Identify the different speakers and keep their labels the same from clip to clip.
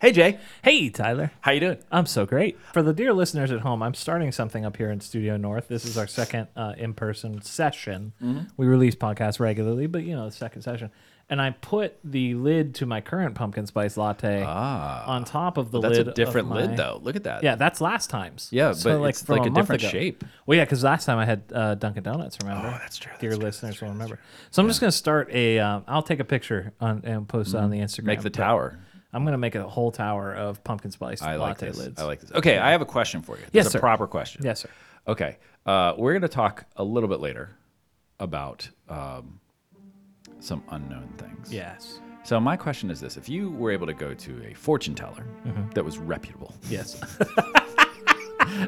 Speaker 1: Hey Jay,
Speaker 2: Hey, Tyler.
Speaker 1: how you doing?
Speaker 2: I'm so great. For the dear listeners at home, I'm starting something up here in Studio North. This is our second uh, in person session.
Speaker 1: Mm-hmm.
Speaker 2: We release podcasts regularly, but you know, the second session. And I put the lid to my current pumpkin spice latte on top of the
Speaker 1: Ah. That's
Speaker 2: lid.
Speaker 1: a
Speaker 2: of
Speaker 1: different
Speaker 2: my-
Speaker 1: lid though. Look at that.
Speaker 2: Yeah, that's last time's.
Speaker 1: Yeah, but it's
Speaker 2: from
Speaker 1: like a
Speaker 2: month
Speaker 1: different
Speaker 2: ago.
Speaker 1: shape.
Speaker 2: Well, yeah, because last time I had uh, Dunkin' Donuts. Remember?
Speaker 1: Oh, that's true, that's
Speaker 2: Dear
Speaker 1: true,
Speaker 2: listeners will remember. So I'm just gonna start a. Um, I'll take a picture on, and post it on the Instagram.
Speaker 1: Mm-hmm. Make the
Speaker 2: but
Speaker 1: tower.
Speaker 2: I'm gonna make a whole tower of pumpkin spice
Speaker 1: I like
Speaker 2: latte
Speaker 1: this.
Speaker 2: lids.
Speaker 1: I like this. Okay, I have a question for you. This
Speaker 2: Yes,
Speaker 1: is a
Speaker 2: sir.
Speaker 1: proper question.
Speaker 2: Yes, sir.
Speaker 1: Okay. Uh, we're going to talk a little bit later about um, some unknown things.
Speaker 2: Yes.
Speaker 1: So, my question is this if you were able to go to a fortune teller
Speaker 2: Mm-hmm.
Speaker 1: that was reputable,
Speaker 2: Yes.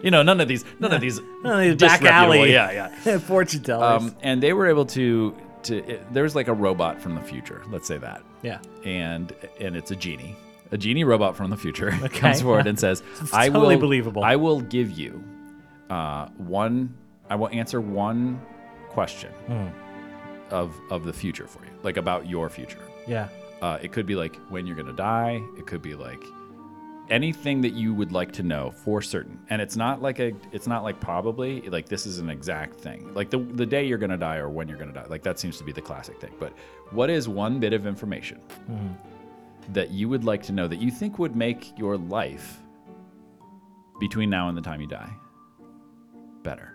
Speaker 1: you know, none of these, none of these
Speaker 2: Back
Speaker 1: disreputable-
Speaker 2: alley.
Speaker 1: Yeah, yeah.
Speaker 2: Fortune tellers.
Speaker 1: Um, and they were able to, to it, there was like a robot from the future, let's say that.
Speaker 2: yeah.
Speaker 1: and and it's a genie, a genie robot from the future comes forward and says, "I
Speaker 2: totally
Speaker 1: will,
Speaker 2: believable.
Speaker 1: I will give you uh, one. I will answer one question
Speaker 2: Hmm.
Speaker 1: of of the future for you, like about your future.
Speaker 2: Yeah.
Speaker 1: Uh, it could be like when you're gonna die. It could be like." Anything that you would like to know for certain, and it's not like a, it's not like probably like this is an exact thing, like the the day you're gonna die or when you're gonna die, like that seems to be the classic thing. But what is one bit of information that you would like to know that you think would make your life between now and the time you die better?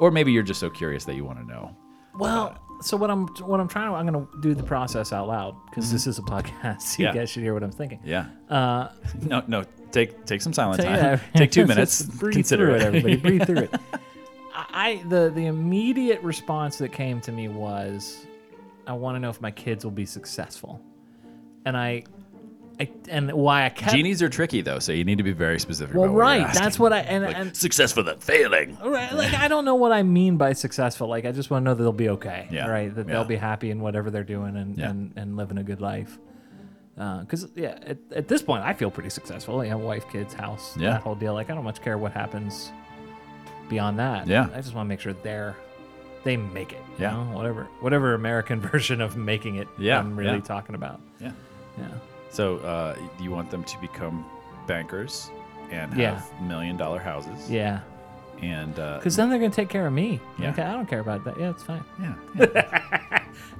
Speaker 1: Or maybe you're just so curious that you want to know.
Speaker 2: Well,
Speaker 1: Uh,
Speaker 2: so what I'm what I'm trying to I'm gonna do the process out loud because this is a podcast. You
Speaker 1: Mm-hmm. Yeah.
Speaker 2: guys should hear what I'm thinking.
Speaker 1: Yeah.
Speaker 2: Uh,
Speaker 1: No, no. Take take some silent
Speaker 2: So,
Speaker 1: time.
Speaker 2: yeah,
Speaker 1: Take two
Speaker 2: just
Speaker 1: minutes.
Speaker 2: breathe
Speaker 1: Consider
Speaker 2: through
Speaker 1: it.
Speaker 2: everybody. breathe through it. I I- the the immediate response that came to me was, I want to know if my kids will be successful, and I, I and why I kept.
Speaker 1: Genies are tricky though, so you need to be very specific.
Speaker 2: well,
Speaker 1: about what Oh, you're
Speaker 2: right. That's
Speaker 1: asking.
Speaker 2: what Oh. I and, and
Speaker 1: success for the failing.
Speaker 2: right, like I don't know what I mean by successful. Like I just want to know that they'll be okay,
Speaker 1: Yeah,
Speaker 2: right? That
Speaker 1: yeah.
Speaker 2: they'll be happy in whatever they're doing and
Speaker 1: Yeah.
Speaker 2: and, and living a good life. Because yeah, at, at this point I feel pretty successful. Yeah, wife, kids, house,
Speaker 1: Yeah.
Speaker 2: that whole deal. Like I don't much care what happens beyond that.
Speaker 1: Yeah.
Speaker 2: I just want to make sure they're they make it. you
Speaker 1: Yeah.
Speaker 2: know, whatever whatever American version of making it.
Speaker 1: Yeah,
Speaker 2: I'm really
Speaker 1: yeah.
Speaker 2: talking about.
Speaker 1: Yeah.
Speaker 2: Yeah,
Speaker 1: So uh, you want them to become bankers and have
Speaker 2: Yeah.
Speaker 1: million dollar houses.
Speaker 2: yeah.
Speaker 1: And uh,
Speaker 2: Because then they're gonna take care of me.
Speaker 1: Yeah.
Speaker 2: Okay, I don't care about that. Yeah, it's fine.
Speaker 1: yeah, yeah.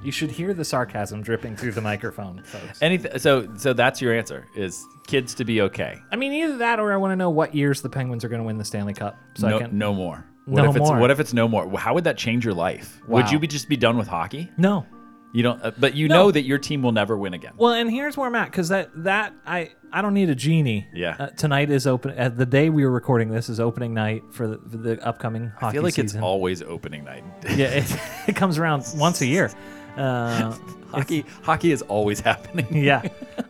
Speaker 2: You should hear the sarcasm dripping through the microphone, folks.
Speaker 1: anything. So so that's your answer is kids to be okay.
Speaker 2: I mean, either that or I want to know what years the Penguins are going to win the Stanley Cup. So
Speaker 1: No,
Speaker 2: I can.
Speaker 1: no more. What
Speaker 2: No
Speaker 1: if it's
Speaker 2: more.
Speaker 1: what if it's no more? How would that change your life? Would
Speaker 2: Wow.
Speaker 1: you be just be done with hockey?
Speaker 2: No.
Speaker 1: You don't. Uh, but you
Speaker 2: No.
Speaker 1: know that your team will never win again.
Speaker 2: Well, and here's where I'm at because that that I I don't need a genie.
Speaker 1: Yeah.
Speaker 2: Uh, tonight is open. Uh, the day we were recording this is opening night for the, for the upcoming hockey
Speaker 1: I feel like
Speaker 2: season.
Speaker 1: it's always opening night.
Speaker 2: yeah, it, it comes around once a year. Uh,
Speaker 1: hockey hockey is always happening.
Speaker 2: yeah.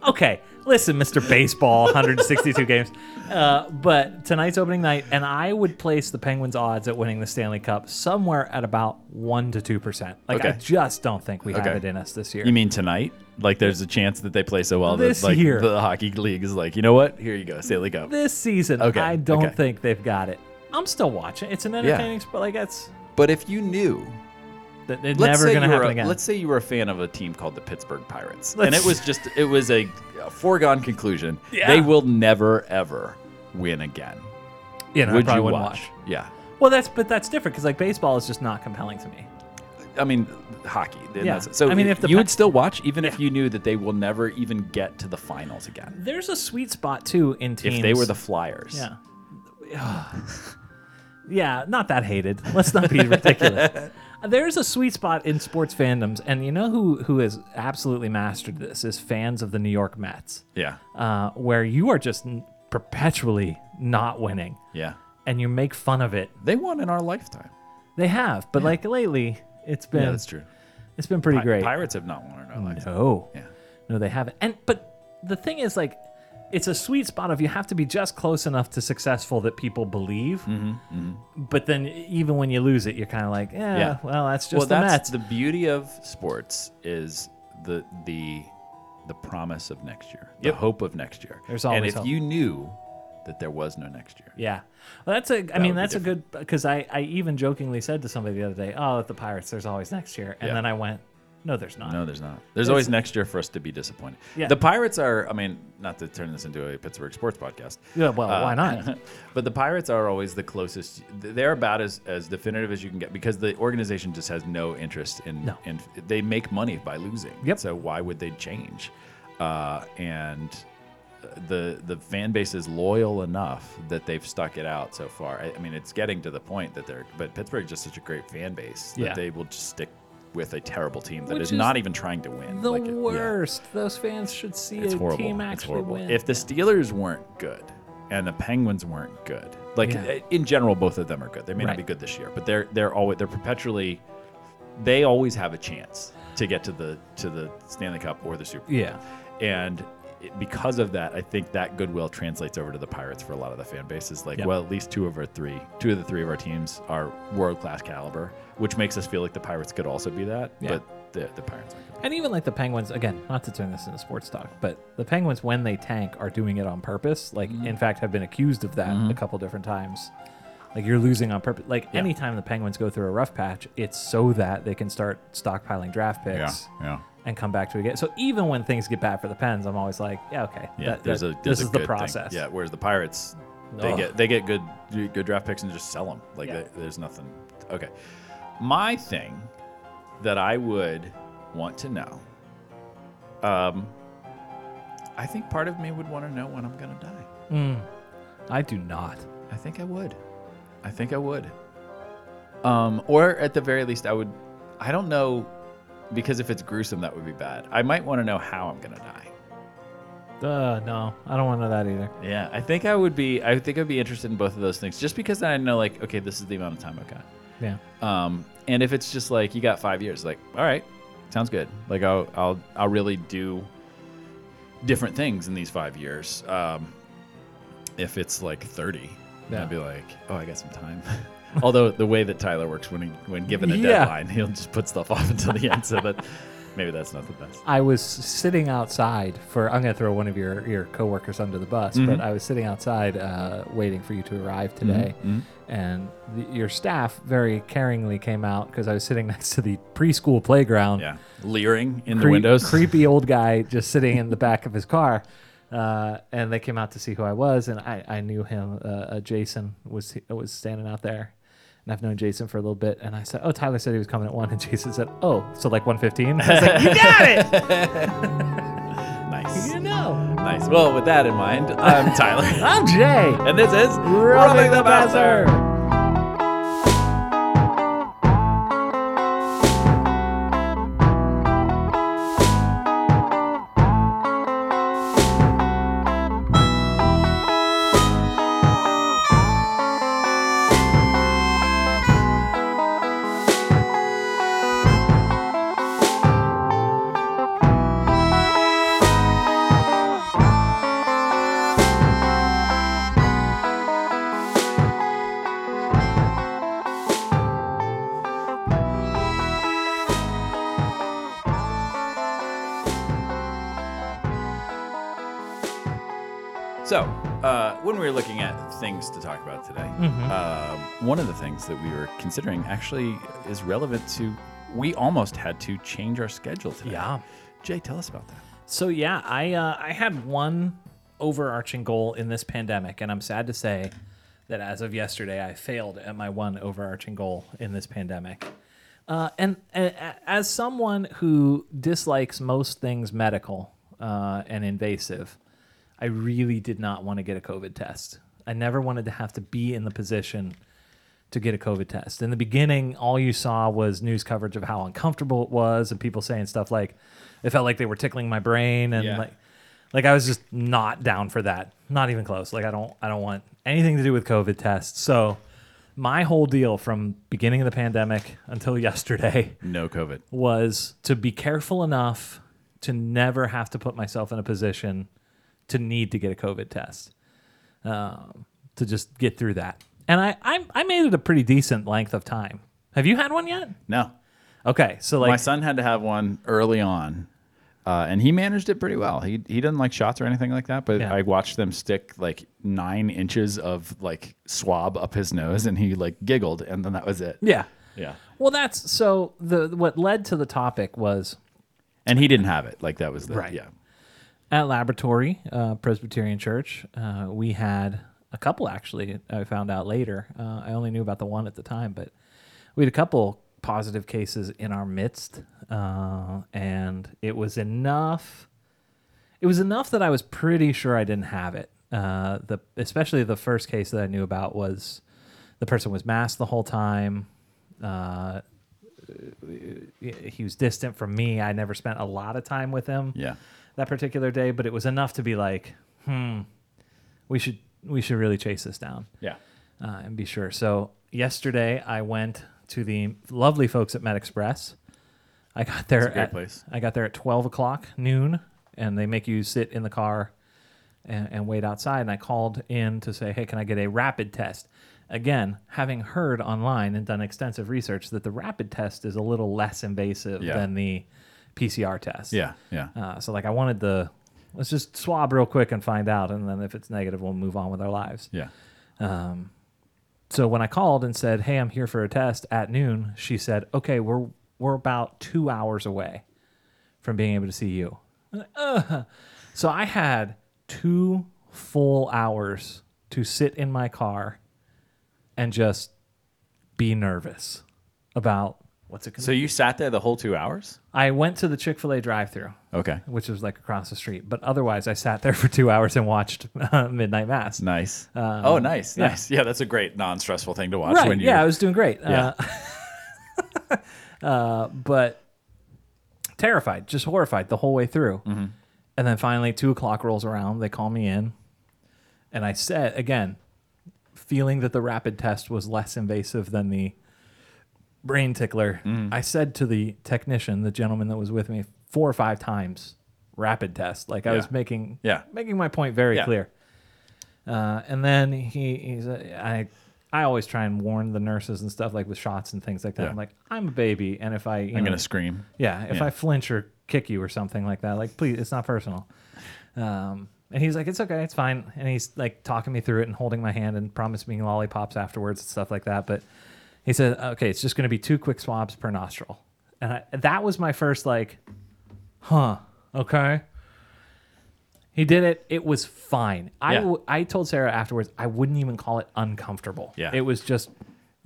Speaker 2: Okay. Listen, Mr. Baseball, 162 games. Uh, but tonight's opening night, and I would place the Penguins' odds at winning the Stanley Cup somewhere at about 1% to 2%. Like, I
Speaker 1: Okay.
Speaker 2: just don't think we
Speaker 1: Okay.
Speaker 2: have it in us this year.
Speaker 1: You mean tonight? Like there's a chance that they play so well
Speaker 2: This
Speaker 1: that like
Speaker 2: year.
Speaker 1: the hockey league is like, you know what? Here you go, Stanley Cup.
Speaker 2: this season,
Speaker 1: Okay,
Speaker 2: I don't
Speaker 1: okay.
Speaker 2: think they've got it. I'm still watching. It's an entertaining sport. Like, that's
Speaker 1: But if you knew
Speaker 2: that it's
Speaker 1: Let's
Speaker 2: never
Speaker 1: say
Speaker 2: going to
Speaker 1: you were
Speaker 2: happen
Speaker 1: a-
Speaker 2: again.
Speaker 1: Let's say you were a fan of a team called the Pittsburgh Pirates, and
Speaker 2: Let's-
Speaker 1: it was just it was a, a foregone conclusion.
Speaker 2: Yeah.
Speaker 1: They will never ever win again.
Speaker 2: you know, I
Speaker 1: Would
Speaker 2: probably
Speaker 1: you
Speaker 2: wouldn't
Speaker 1: watch? Yeah,
Speaker 2: Well, that's but that's different because like baseball is just not compelling to me.
Speaker 1: I mean hockey. then
Speaker 2: Yeah.
Speaker 1: that's- So
Speaker 2: I mean, if the
Speaker 1: you
Speaker 2: Pa-
Speaker 1: would still watch, even if you knew that they will never even get to the finals again.
Speaker 2: There's a sweet spot too in teams.
Speaker 1: If they were the Flyers,
Speaker 2: Yeah. yeah, not that hated. Let's not be ridiculous. There's a sweet spot in sports fandoms, and you know who who has absolutely mastered this is fans of the New York Mets,
Speaker 1: yeah,
Speaker 2: uh, where you are just n- perpetually not winning,
Speaker 1: yeah,
Speaker 2: and you make fun of it.
Speaker 1: they won in our lifetime.
Speaker 2: They have, but like lately, it's been
Speaker 1: Yeah, that's true.
Speaker 2: it's been pretty great. Mm.
Speaker 1: Pirates have not won in our lifetime.
Speaker 2: No.
Speaker 1: Yeah.
Speaker 2: No, they haven't. And but the thing is, like, it's a sweet spot of you have to be just close enough to successful that people believe.
Speaker 1: Mm-hmm,
Speaker 2: But then e, even when you lose it, you're kind of like, yeah,
Speaker 1: Yeah.
Speaker 2: well, that's just
Speaker 1: well,
Speaker 2: the Mets.
Speaker 1: that's the beauty of sports is the the the promise of next year, the hope of next year.
Speaker 2: There's
Speaker 1: and
Speaker 2: always
Speaker 1: if
Speaker 2: hope.
Speaker 1: you knew that there was no next year,
Speaker 2: yeah. Well, that's a. I mean,
Speaker 1: would be
Speaker 2: that's a good because I I even jokingly said to somebody the other day, oh, at the Pirates, there's always next year, and
Speaker 1: Yeah.
Speaker 2: then I went, No, there's not.
Speaker 1: No, there's not. There's always next year for us to be disappointed.
Speaker 2: Yeah.
Speaker 1: The Pirates are, I mean, not to turn this into a Pittsburgh sports podcast. Uh,
Speaker 2: Yeah, well, why not?
Speaker 1: but the Pirates are always the closest. They're about as, as definitive as you can get because the organization just has no interest in.
Speaker 2: No.
Speaker 1: in they make money by losing.
Speaker 2: Yep.
Speaker 1: So why would they change? Uh, and the the fan base is loyal enough that they've stuck it out so far. I, I mean, it's getting to the point that they're. But Pittsburgh's just such a great fan base that
Speaker 2: Yeah.
Speaker 1: they will just stick with a terrible team that
Speaker 2: Which
Speaker 1: is
Speaker 2: is
Speaker 1: not even trying to win.
Speaker 2: The
Speaker 1: Like, it- yeah.
Speaker 2: worst. Those fans should see
Speaker 1: It's
Speaker 2: a
Speaker 1: horrible.
Speaker 2: team
Speaker 1: it's
Speaker 2: actually
Speaker 1: horrible.
Speaker 2: win.
Speaker 1: If the Steelers weren't good and the Penguins weren't good, like uh,
Speaker 2: Yeah.
Speaker 1: in general, both of them are good. They may not
Speaker 2: Right.
Speaker 1: be good this year, but they're they're always they're perpetually they always have a chance to get to the to the Stanley Cup or the Super Bowl.
Speaker 2: Yeah.
Speaker 1: and. it- Because of that, I think that goodwill translates over to the Pirates for a lot of the fan bases. Like,
Speaker 2: Yeah.
Speaker 1: well, at least two of our three, two of the three of our teams are world class caliber, which makes us feel like the Pirates could also be that.
Speaker 2: Yeah.
Speaker 1: But the, the Pirates aren't.
Speaker 2: And even like the Penguins, again, not to turn this into sports talk, but the Penguins, when they tank, are doing it on purpose. Like,
Speaker 1: Mm-hmm.
Speaker 2: in fact, have been accused of that a couple different times. Like, you're losing on purpose. Like, anytime the Penguins go through a rough patch, it's so that they can start stockpiling draft picks
Speaker 1: yeah.
Speaker 2: and come back to it again. So, even when things get bad for the Pens, I'm always like, yeah, okay.
Speaker 1: Yeah,
Speaker 2: that-
Speaker 1: there's
Speaker 2: that-
Speaker 1: a
Speaker 2: this
Speaker 1: there's a
Speaker 2: is the
Speaker 1: good thing.
Speaker 2: process.
Speaker 1: Yeah, whereas the Pirates, they
Speaker 2: Ugh.
Speaker 1: get they get good good draft picks and just sell them. Like
Speaker 2: Yeah.
Speaker 1: they- there's nothing. Okay, my thing that I would want to know. Um, I think part of me would want to know when I'm gonna die.
Speaker 2: I do not.
Speaker 1: I think I would. I think I would. Um, or at the very least, I would. I don't know because if it's gruesome, that would be bad. I might want to know how I'm gonna die.
Speaker 2: Uh, no, I don't want to know that either.
Speaker 1: Yeah, I think I would be. I think I'd be interested in both of those things, just because I know, like, okay, this is the amount of time I've got.
Speaker 2: Yeah.
Speaker 1: Um, and if it's just like you got five years, like, all right, sounds good. Like, I'll, I'll, I'll really do different things in these five years. Um, if it's like thirty, then
Speaker 2: Yeah.
Speaker 1: I'd be like, oh, I got some time. Although the way that Tyler works when he, when given a
Speaker 2: Yeah.
Speaker 1: deadline, he'll just put stuff off until the end. So that maybe that's not the best.
Speaker 2: I was sitting outside for. I'm going to throw one of your your coworkers under the bus,
Speaker 1: Mm-hmm.
Speaker 2: but I was sitting outside uh, waiting for you to arrive today,
Speaker 1: Mm-hmm.
Speaker 2: and the, your staff very caringly came out because I was sitting next to the preschool playground.
Speaker 1: Yeah, leering in the
Speaker 2: Creep-
Speaker 1: windows.
Speaker 2: Creepy old guy just sitting in the back of his car. Uh, and they came out to see who I was, and I, I knew him. Uh, uh, Jason was uh, was standing out there, and I've known Jason for a little bit. And I said, "Oh, Tyler said he was coming at one," and Jason said, "Oh, so like 115?" I was like, "You got it!
Speaker 1: Nice.
Speaker 2: You know."
Speaker 1: Nice. Well, with that in mind, I'm Tyler.
Speaker 2: I'm Jay.
Speaker 1: and this is
Speaker 2: Rubbing the Buzzer.
Speaker 1: So, uh, when we were looking at things to talk about today,
Speaker 2: Mm-hmm.
Speaker 1: um, one of the things that we were considering actually is relevant to. We almost had to change our schedule today.
Speaker 2: Yeah.
Speaker 1: Jay, tell us about that.
Speaker 2: So yeah, I uh, I had one overarching goal in this pandemic, and I'm sad to say that as of yesterday, I failed at my one overarching goal in this pandemic. Uh, and uh, as someone who dislikes most things medical uh, and invasive, I really did not want to get a COVID test. I never wanted to have to be in the position to get a COVID test. In the beginning, all you saw was news coverage of how uncomfortable it was and people saying stuff like, it felt like they were tickling my brain and
Speaker 1: Yeah.
Speaker 2: like, like I was just not down for that. Not even close. Like I don't, I don't want anything to do with COVID tests. So my whole deal from beginning of the pandemic until yesterday
Speaker 1: No COVID.
Speaker 2: was to be careful enough to never have to put myself in a position to need to get a COVID test, um, to just get through that. And I, I, I made it a pretty decent length of time. Have you had one yet?
Speaker 1: No.
Speaker 2: Okay, so like,
Speaker 1: My son had to have one early on. Uh, and he managed it pretty well. He he doesn't like shots or anything like that, but
Speaker 2: Yeah.
Speaker 1: I watched them stick like nine inches of like swab up his nose, and he like giggled, and then that was it.
Speaker 2: yeah,
Speaker 1: Yeah.
Speaker 2: Well, that's so the what led to the topic was
Speaker 1: And he didn't have it. Like that was the
Speaker 2: Right.
Speaker 1: yeah.
Speaker 2: at Laboratory uh, Presbyterian Church. Uh, we had a couple actually. I found out later. Uh, I only knew about the one at the time, but we had a couple positive cases in our midst, uh, and it was enough. It was enough that I was pretty sure I didn't have it. Uh, the especially the first case that I knew about was the person was masked the whole time. Uh, he was distant from me. I never spent a lot of time with him
Speaker 1: Yeah.
Speaker 2: that particular day, but it was enough to be like, hmm, we should we should really chase this down
Speaker 1: Yeah.
Speaker 2: uh, and be sure. So yesterday I went to the lovely folks at Med Express. I got there
Speaker 1: a great
Speaker 2: at
Speaker 1: place.
Speaker 2: I got there at twelve o'clock noon, and they make you sit in the car and, and wait outside. And I called in to say, hey, can I get a rapid test? Again, having heard online and done extensive research that the rapid test is a little less invasive
Speaker 1: Yeah.
Speaker 2: than the PCR test.
Speaker 1: Yeah. Yeah.
Speaker 2: Uh, so like I wanted the let's just swab real quick and find out, and then if it's negative, we'll move on with our lives.
Speaker 1: Yeah.
Speaker 2: So when I called and said, "Hey, I'm here for a test at noon," she said, "Okay, we're we're about two hours away from being able to see you." I'm like, "Ugh." So I had two full hours to sit in my car and just be nervous about what's it. Gonna
Speaker 1: So you sat there the whole two hours?
Speaker 2: I went to the Chick Fil A drive-through.
Speaker 1: Okay.
Speaker 2: which was like across the street. But otherwise, I sat there for two hours and watched uh, Midnight Mass.
Speaker 1: Nice. oh, nice. Nice. Yeah, that's a great non-stressful thing to watch
Speaker 2: Right?
Speaker 1: when you
Speaker 2: yeah, I was doing great.
Speaker 1: Yeah.
Speaker 2: Uh, uh, but terrified, just horrified the whole way through.
Speaker 1: Mm-hmm.
Speaker 2: And then finally, two o'clock rolls around. They call me in, and I said again, feeling that the rapid test was less invasive than the brain tickler.
Speaker 1: Mm.
Speaker 2: I said to the technician, the gentleman that was with me, four or five times, rapid test. Like I
Speaker 1: Yeah.
Speaker 2: was making
Speaker 1: Yeah.
Speaker 2: making my point very
Speaker 1: Yeah.
Speaker 2: clear. Uh, and then he, he's a, I I always try and warn the nurses and stuff like with shots and things like that.
Speaker 1: Yeah.
Speaker 2: I'm like I'm a baby, and if I you
Speaker 1: I'm
Speaker 2: know,
Speaker 1: going to scream.
Speaker 2: yeah, if
Speaker 1: yeah.
Speaker 2: I flinch or kick you or something like that, like please, it's not personal. Um, and he's like, it's okay, it's fine. And he's like talking me through it and holding my hand and promised me lollipops afterwards and stuff like that. But he said, okay, it's just going to be two quick swabs per nostril. And I, that was my first like, huh, okay. He did it. It was fine. I
Speaker 1: Yeah.
Speaker 2: w I I told Sarah afterwards, I wouldn't even call it uncomfortable.
Speaker 1: Yeah.
Speaker 2: It was just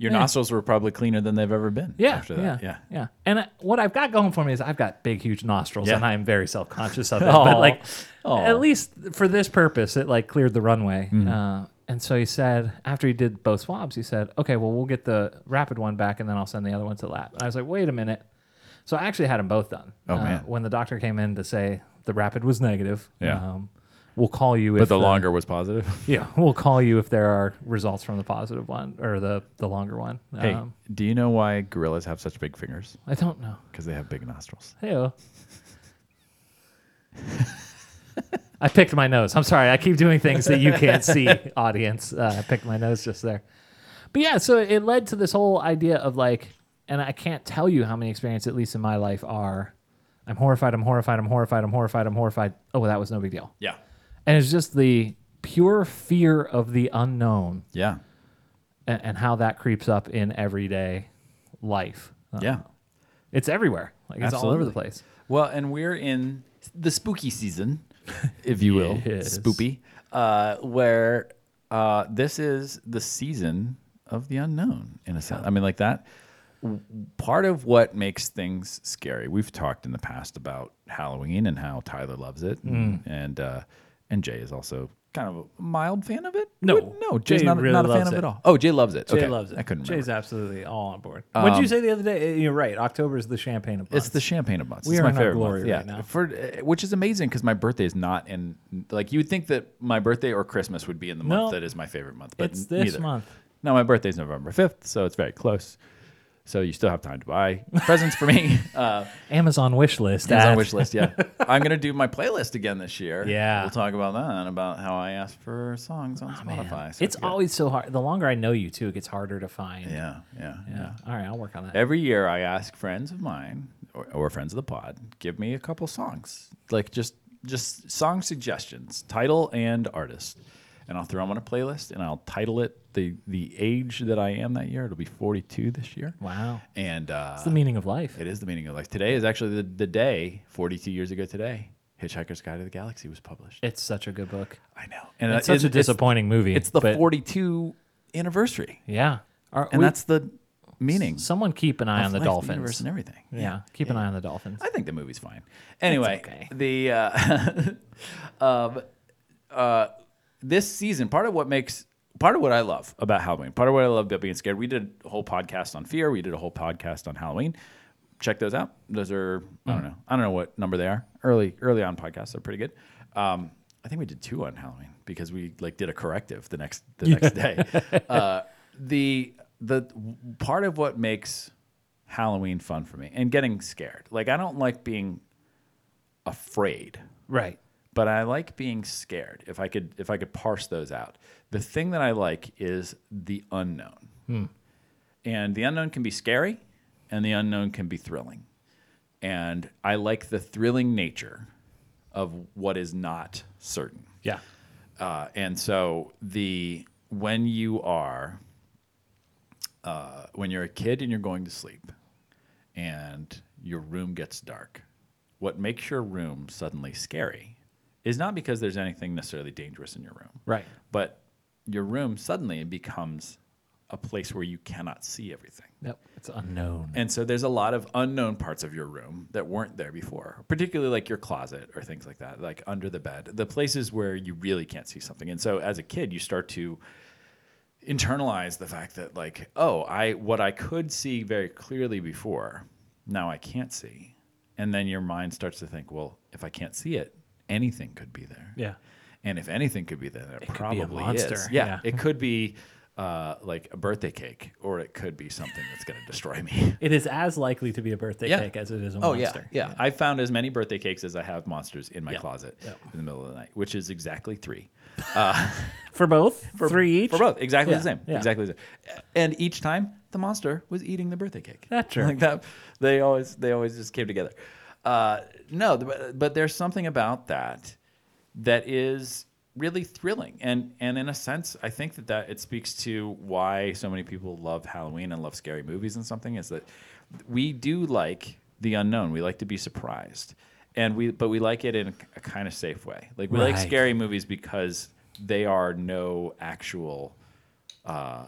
Speaker 1: Your
Speaker 2: Yeah.
Speaker 1: nostrils were probably cleaner than they've ever been
Speaker 2: yeah,
Speaker 1: after that. Yeah.
Speaker 2: yeah. And I, what I've got going for me is I've got big, huge nostrils,
Speaker 1: Yeah.
Speaker 2: and I'm very self conscious of it. but like,
Speaker 1: Aw. Mm-hmm.
Speaker 2: at least for this purpose, it like cleared the runway. Uh, and so he said, after he did both swabs, he said, "Okay, well, we'll get the rapid one back, and then I'll send the other one to the lab." And I was like, "Wait a minute." So I actually had them both done. Uh,
Speaker 1: Oh, man.
Speaker 2: When the doctor came in to say the rapid was negative,
Speaker 1: Yeah.
Speaker 2: um, we'll call you.
Speaker 1: But
Speaker 2: if
Speaker 1: the longer was positive.
Speaker 2: yeah, we'll call you if there are results from the positive one or the the longer one.
Speaker 1: Hey,
Speaker 2: Um,
Speaker 1: do you know why gorillas have such big fingers?
Speaker 2: I don't know.
Speaker 1: Because they have big nostrils.
Speaker 2: Hey. I picked my nose. I'm sorry. I keep doing things that you can't see, audience. Uh, I picked my nose just there. But yeah, so it led to this whole idea of like, and I can't tell you how many experiences, at least in my life, are I'm horrified, I'm horrified, I'm horrified, I'm horrified, I'm horrified. Oh, that was no big deal.
Speaker 1: Yeah.
Speaker 2: And it's just the pure fear of the unknown
Speaker 1: Yeah.
Speaker 2: and, and how that creeps up in everyday life. Uh,
Speaker 1: Yeah.
Speaker 2: It's everywhere, like it's all over the
Speaker 1: Absolutely.
Speaker 2: place.
Speaker 1: Well, and we're in the spooky season, if you will,
Speaker 2: Yes.
Speaker 1: spoopy, uh, where uh, this is the season of the unknown, in a sense. I mean, like that. w- Part of what makes things scary, we've talked in the past about Halloween and how Tyler loves it,
Speaker 2: Mm.
Speaker 1: and and, uh, and Jay is also kind of a mild fan of it.
Speaker 2: No.
Speaker 1: Would- no, Jay's
Speaker 2: Jay
Speaker 1: not, a-
Speaker 2: really
Speaker 1: not a fan
Speaker 2: loves
Speaker 1: of it
Speaker 2: it.
Speaker 1: at all. Oh, Jay loves it.
Speaker 2: Jay
Speaker 1: okay.
Speaker 2: loves it.
Speaker 1: I couldn't. remember.
Speaker 2: Jay's absolutely all on board. what did you say the other day? Uh, You're right. October is the champagne of
Speaker 1: It's
Speaker 2: months.
Speaker 1: the champagne of months.
Speaker 2: We
Speaker 1: it's
Speaker 2: are
Speaker 1: my
Speaker 2: in our
Speaker 1: favorite
Speaker 2: glory
Speaker 1: month.
Speaker 2: right
Speaker 1: yeah.
Speaker 2: now.
Speaker 1: For uh, which is amazing because my birthday is not in like you would think that my birthday or Christmas would be in the
Speaker 2: No.
Speaker 1: month that is my favorite month, but
Speaker 2: It's
Speaker 1: n-
Speaker 2: this
Speaker 1: neither.
Speaker 2: month.
Speaker 1: No, my birthday's November fifth, so it's very close. So you still have time to buy presents for me. Uh,
Speaker 2: Amazon wish list.
Speaker 1: it's on
Speaker 2: at-
Speaker 1: wish list. Yeah, I'm gonna do my playlist again this year.
Speaker 2: Yeah. Oh,
Speaker 1: we'll talk about that and about how I asked for songs on Spotify. So
Speaker 2: It's
Speaker 1: good.
Speaker 2: always so hard. The longer I know you, too, it gets harder to find.
Speaker 1: yeah, yeah, yeah.
Speaker 2: Yeah. All right, I'll work on that.
Speaker 1: Every year, I ask friends of mine or, or friends of the pod, give me a couple songs, like just just song suggestions, title and artist. and I'll throw them on a playlist and I'll title it the the age that I am that year. It'll be 42 this year.
Speaker 2: Wow.
Speaker 1: And uh,
Speaker 2: It's the meaning of life.
Speaker 1: it is the meaning of life. Today is actually the, the day 42 years ago today. Hitchhiker's Guide to the Galaxy was published.
Speaker 2: It's such a good book.
Speaker 1: I know, and
Speaker 2: Uh, It's such a disappointing movie.
Speaker 1: It's the
Speaker 2: but
Speaker 1: 42 anniversary,
Speaker 2: Yeah. Are-
Speaker 1: and
Speaker 2: we-
Speaker 1: that's the meaning.
Speaker 2: someone keep an eye on the
Speaker 1: life, universe,
Speaker 2: dolphins.
Speaker 1: and everything.
Speaker 2: yeah. Keep an eye on the dolphins.
Speaker 1: I think the movie's fine. Anyway,
Speaker 2: okay.
Speaker 1: the uh, um, uh, this season, part of what makes part of what I love about Halloween, part of what I love about being scared. We did a whole podcast on fear. We did a whole podcast on Halloween. Check those out. Those are I don't know. I don't know what number they are. Early early on podcasts, they're pretty good. Um, I think we did two on Halloween because we like did a corrective the next the next day. Uh, the the part of what makes Halloween fun for me and getting scared. Like I don't like being afraid,
Speaker 2: Right.
Speaker 1: but I like being scared. If I could if I could parse those out. The thing that I like is the unknown. And the unknown can be scary and the unknown can be thrilling. And I like the thrilling nature of what is not certain.
Speaker 2: Yeah.
Speaker 1: Uh, and so the when you are uh, when you're a kid and you're going to sleep and your room gets dark, what makes your room suddenly scary is not because there's anything necessarily dangerous in your room,
Speaker 2: Right.
Speaker 1: but your room suddenly becomes a place where you cannot see everything.
Speaker 2: Yep. It's unknown.
Speaker 1: And so there's a lot of unknown parts of your room that weren't there before, particularly like your closet or things like that, like under the bed, the places where you really can't see something. And so as a kid, you start to internalize the fact that like, oh, I what I could see very clearly before, now I can't see. And then your mind starts to think, well, if I can't see it, anything could be there.
Speaker 2: Yeah.
Speaker 1: And if anything could be there, then it,
Speaker 2: could be
Speaker 1: probably
Speaker 2: a monster,
Speaker 1: is. Yeah,
Speaker 2: yeah.
Speaker 1: it could be uh, like a birthday cake, or it could be something that's going to destroy me.
Speaker 2: It is as likely to be a birthday
Speaker 1: Yeah.
Speaker 2: cake as it is a
Speaker 1: Oh yeah,
Speaker 2: monster.
Speaker 1: yeah. I found as many birthday cakes as I have monsters in my
Speaker 2: Yeah.
Speaker 1: closet in the middle of the night, which is exactly three
Speaker 2: For both? three each?
Speaker 1: for both. Exactly
Speaker 2: Yeah,
Speaker 1: the same.
Speaker 2: yeah.
Speaker 1: Exactly the same. And each time the monster was eating the birthday cake.
Speaker 2: That jerk.
Speaker 1: Like that. They always they always just came together. Uh, no, but, but there's something about that that is really thrilling and and in a sense i think that that it speaks to why so many people love halloween and love scary movies and something is that we do like the unknown we like to be surprised and we but we like it in a, kind of safe way like we like
Speaker 2: Right.
Speaker 1: scary movies because they are no actual uh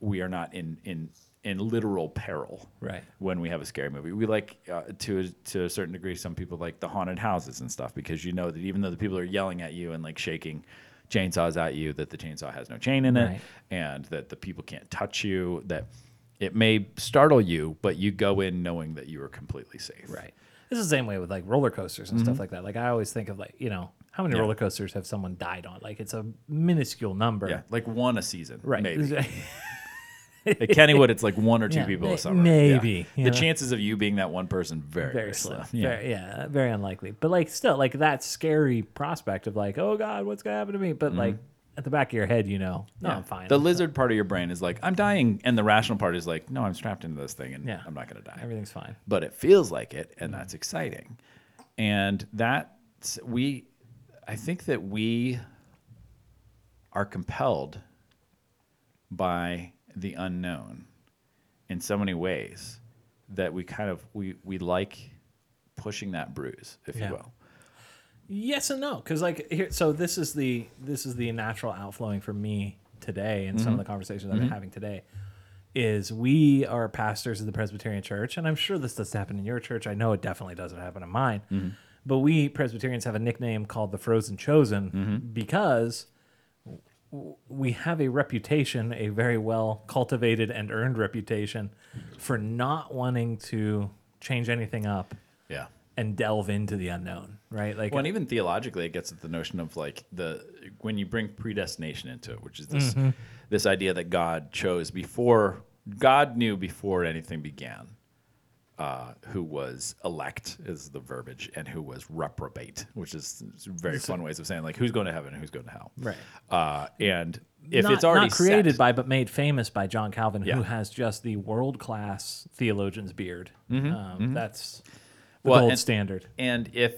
Speaker 1: we are not in in in literal peril
Speaker 2: Right.
Speaker 1: when we have a scary movie. We like uh, to a- to a certain degree. Some people like the haunted houses and stuff because you know that even though the people are yelling at you and like shaking chainsaws at you, that the chainsaw has no chain in it,
Speaker 2: Right.
Speaker 1: and that the people can't touch you. That it may startle you, but you go in knowing that you are completely safe.
Speaker 2: Right. It's the same way with like roller coasters and
Speaker 1: Mm-hmm.
Speaker 2: stuff like that. Like I always think of like, you know, how many roller coasters have someone died on? Like it's a minuscule number.
Speaker 1: Yeah, like one a season,
Speaker 2: Right.
Speaker 1: Maybe at Kennywood, it's like one or two
Speaker 2: Yeah,
Speaker 1: people
Speaker 2: may-
Speaker 1: a summer.
Speaker 2: maybe,
Speaker 1: Yeah.
Speaker 2: you know.
Speaker 1: the chances of you being that one person very
Speaker 2: very slim.
Speaker 1: Yeah.
Speaker 2: Very, yeah, very unlikely. But like still, like that scary prospect of like, oh God, what's gonna happen to me? But like at the back of your head, you know, no,
Speaker 1: Mm-hmm. Yeah.
Speaker 2: I'm fine.
Speaker 1: The lizard part of your brain is like, I'm dying. And the rational part is like, no, I'm strapped into this thing and
Speaker 2: Yeah.
Speaker 1: I'm not going to die.
Speaker 2: Everything's fine.
Speaker 1: But it feels like it. And that's exciting. And that we, I think that we are compelled by the unknown in so many ways that we kind of, we, we like pushing that bruise, if
Speaker 2: Yeah.
Speaker 1: you will.
Speaker 2: Yes and no, because like here, so this is the this is the natural outflowing for me today, and some of the conversations I've been having today is we are pastors of the Presbyterian Church, and I'm sure this doesn't happen in your church. I know it definitely doesn't happen in mine, but we Presbyterians have a nickname called the Frozen Chosen because w- we have a reputation, a very well cultivated and earned reputation, for not wanting to change anything up
Speaker 1: Yeah.
Speaker 2: and delve into the unknown, right? Like
Speaker 1: Well, and even theologically, it gets at the notion of like the when you bring predestination into it, which is this
Speaker 2: Mm-hmm.
Speaker 1: this idea that God chose before God knew before anything began, uh, who was elect is the verbiage, and who was reprobate, which is very fun ways of saying like who's going to heaven and who's going to hell,
Speaker 2: Right.
Speaker 1: Uh, and if
Speaker 2: not,
Speaker 1: it's already
Speaker 2: not created
Speaker 1: set-
Speaker 2: by but made famous by John Calvin,
Speaker 1: Yeah.
Speaker 2: who has just the world class theologian's beard. Um, That's the
Speaker 1: Mm-hmm, Well,
Speaker 2: gold
Speaker 1: and-
Speaker 2: standard.
Speaker 1: And if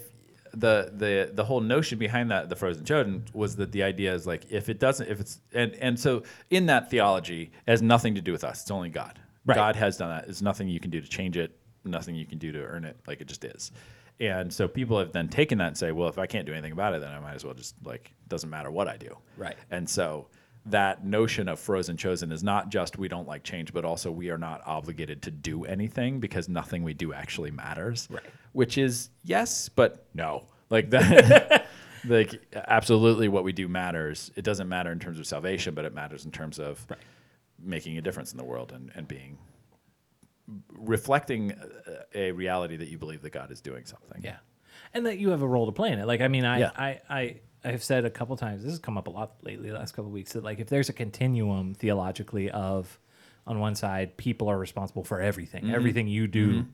Speaker 1: the the the whole notion behind that the frozen children was that the idea is like if it doesn't if it's and and so in that theology it has nothing to do with us. It's only God.
Speaker 2: Right.
Speaker 1: God has done that. There's nothing you can do to change it. Nothing you can do to earn it. Like it just is. And so people have then taken that and say, well, if I can't do anything about it, then I might as well just like doesn't matter what I do.
Speaker 3: Right.
Speaker 1: And so that notion of frozen chosen is not just we don't like change, but also we are not obligated to do anything because nothing we do actually matters. Right. Which is yes, but no. Like that like absolutely what we do matters. It doesn't matter in terms of salvation, but it matters in terms of making a difference in the world and, and being reflecting uh, a reality that you believe that God is doing something.
Speaker 2: Yeah, and that you have a role to play in it. Like, I mean, I,
Speaker 1: Yeah.
Speaker 2: I, I, I have said a couple times. This has come up a lot lately, the last couple of weeks. That like, if there's a continuum theologically of, on one side, people are responsible for everything.
Speaker 1: Mm-hmm.
Speaker 2: Everything you do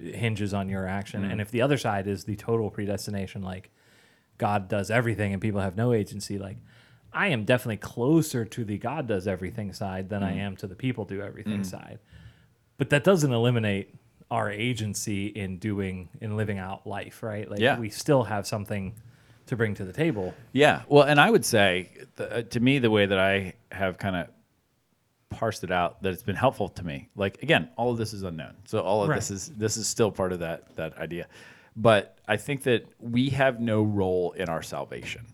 Speaker 2: hinges on your action. And if the other side is the total predestination, like God does everything and people have no agency, like. I am definitely closer to the God does everything side than I am to the people do everything side but that doesn't eliminate our agency in doing in living out life right like
Speaker 1: Yeah.
Speaker 2: we still have something to bring to the table
Speaker 1: Yeah. Well, and I would say, the, uh, to me, the way that I have kind of parsed it out, that it's been helpful to me. Like again, all of this is unknown, so all of
Speaker 2: Right.
Speaker 1: this is this is still part of that that idea. But I think that we have no role in our salvation,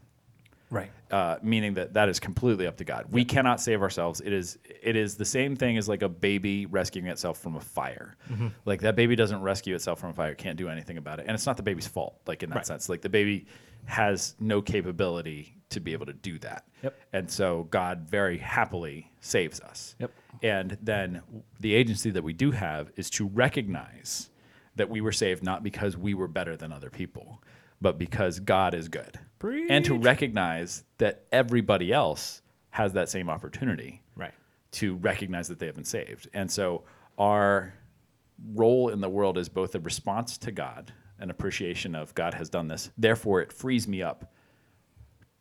Speaker 2: right
Speaker 1: uh, meaning that that is completely up to God. We cannot save ourselves. It is it is the same thing as like a baby rescuing itself from a fire.
Speaker 2: Mm-hmm.
Speaker 1: Like that baby doesn't rescue itself from a fire; it can't do anything about it, and it's not the baby's fault. Like in that sense, like the baby has no capability to be able to do that.
Speaker 2: Yep.
Speaker 1: And so God very happily saves us.
Speaker 2: Yep.
Speaker 1: And then the agency that we do have is to recognize that we were saved not because we were better than other people, but because God is good. And to
Speaker 2: Preach.
Speaker 1: recognize that everybody else has that same opportunity
Speaker 2: right
Speaker 1: to recognize that they have been saved. And so our role in the world is both a response to God, an appreciation of God has done this. Therefore, it frees me up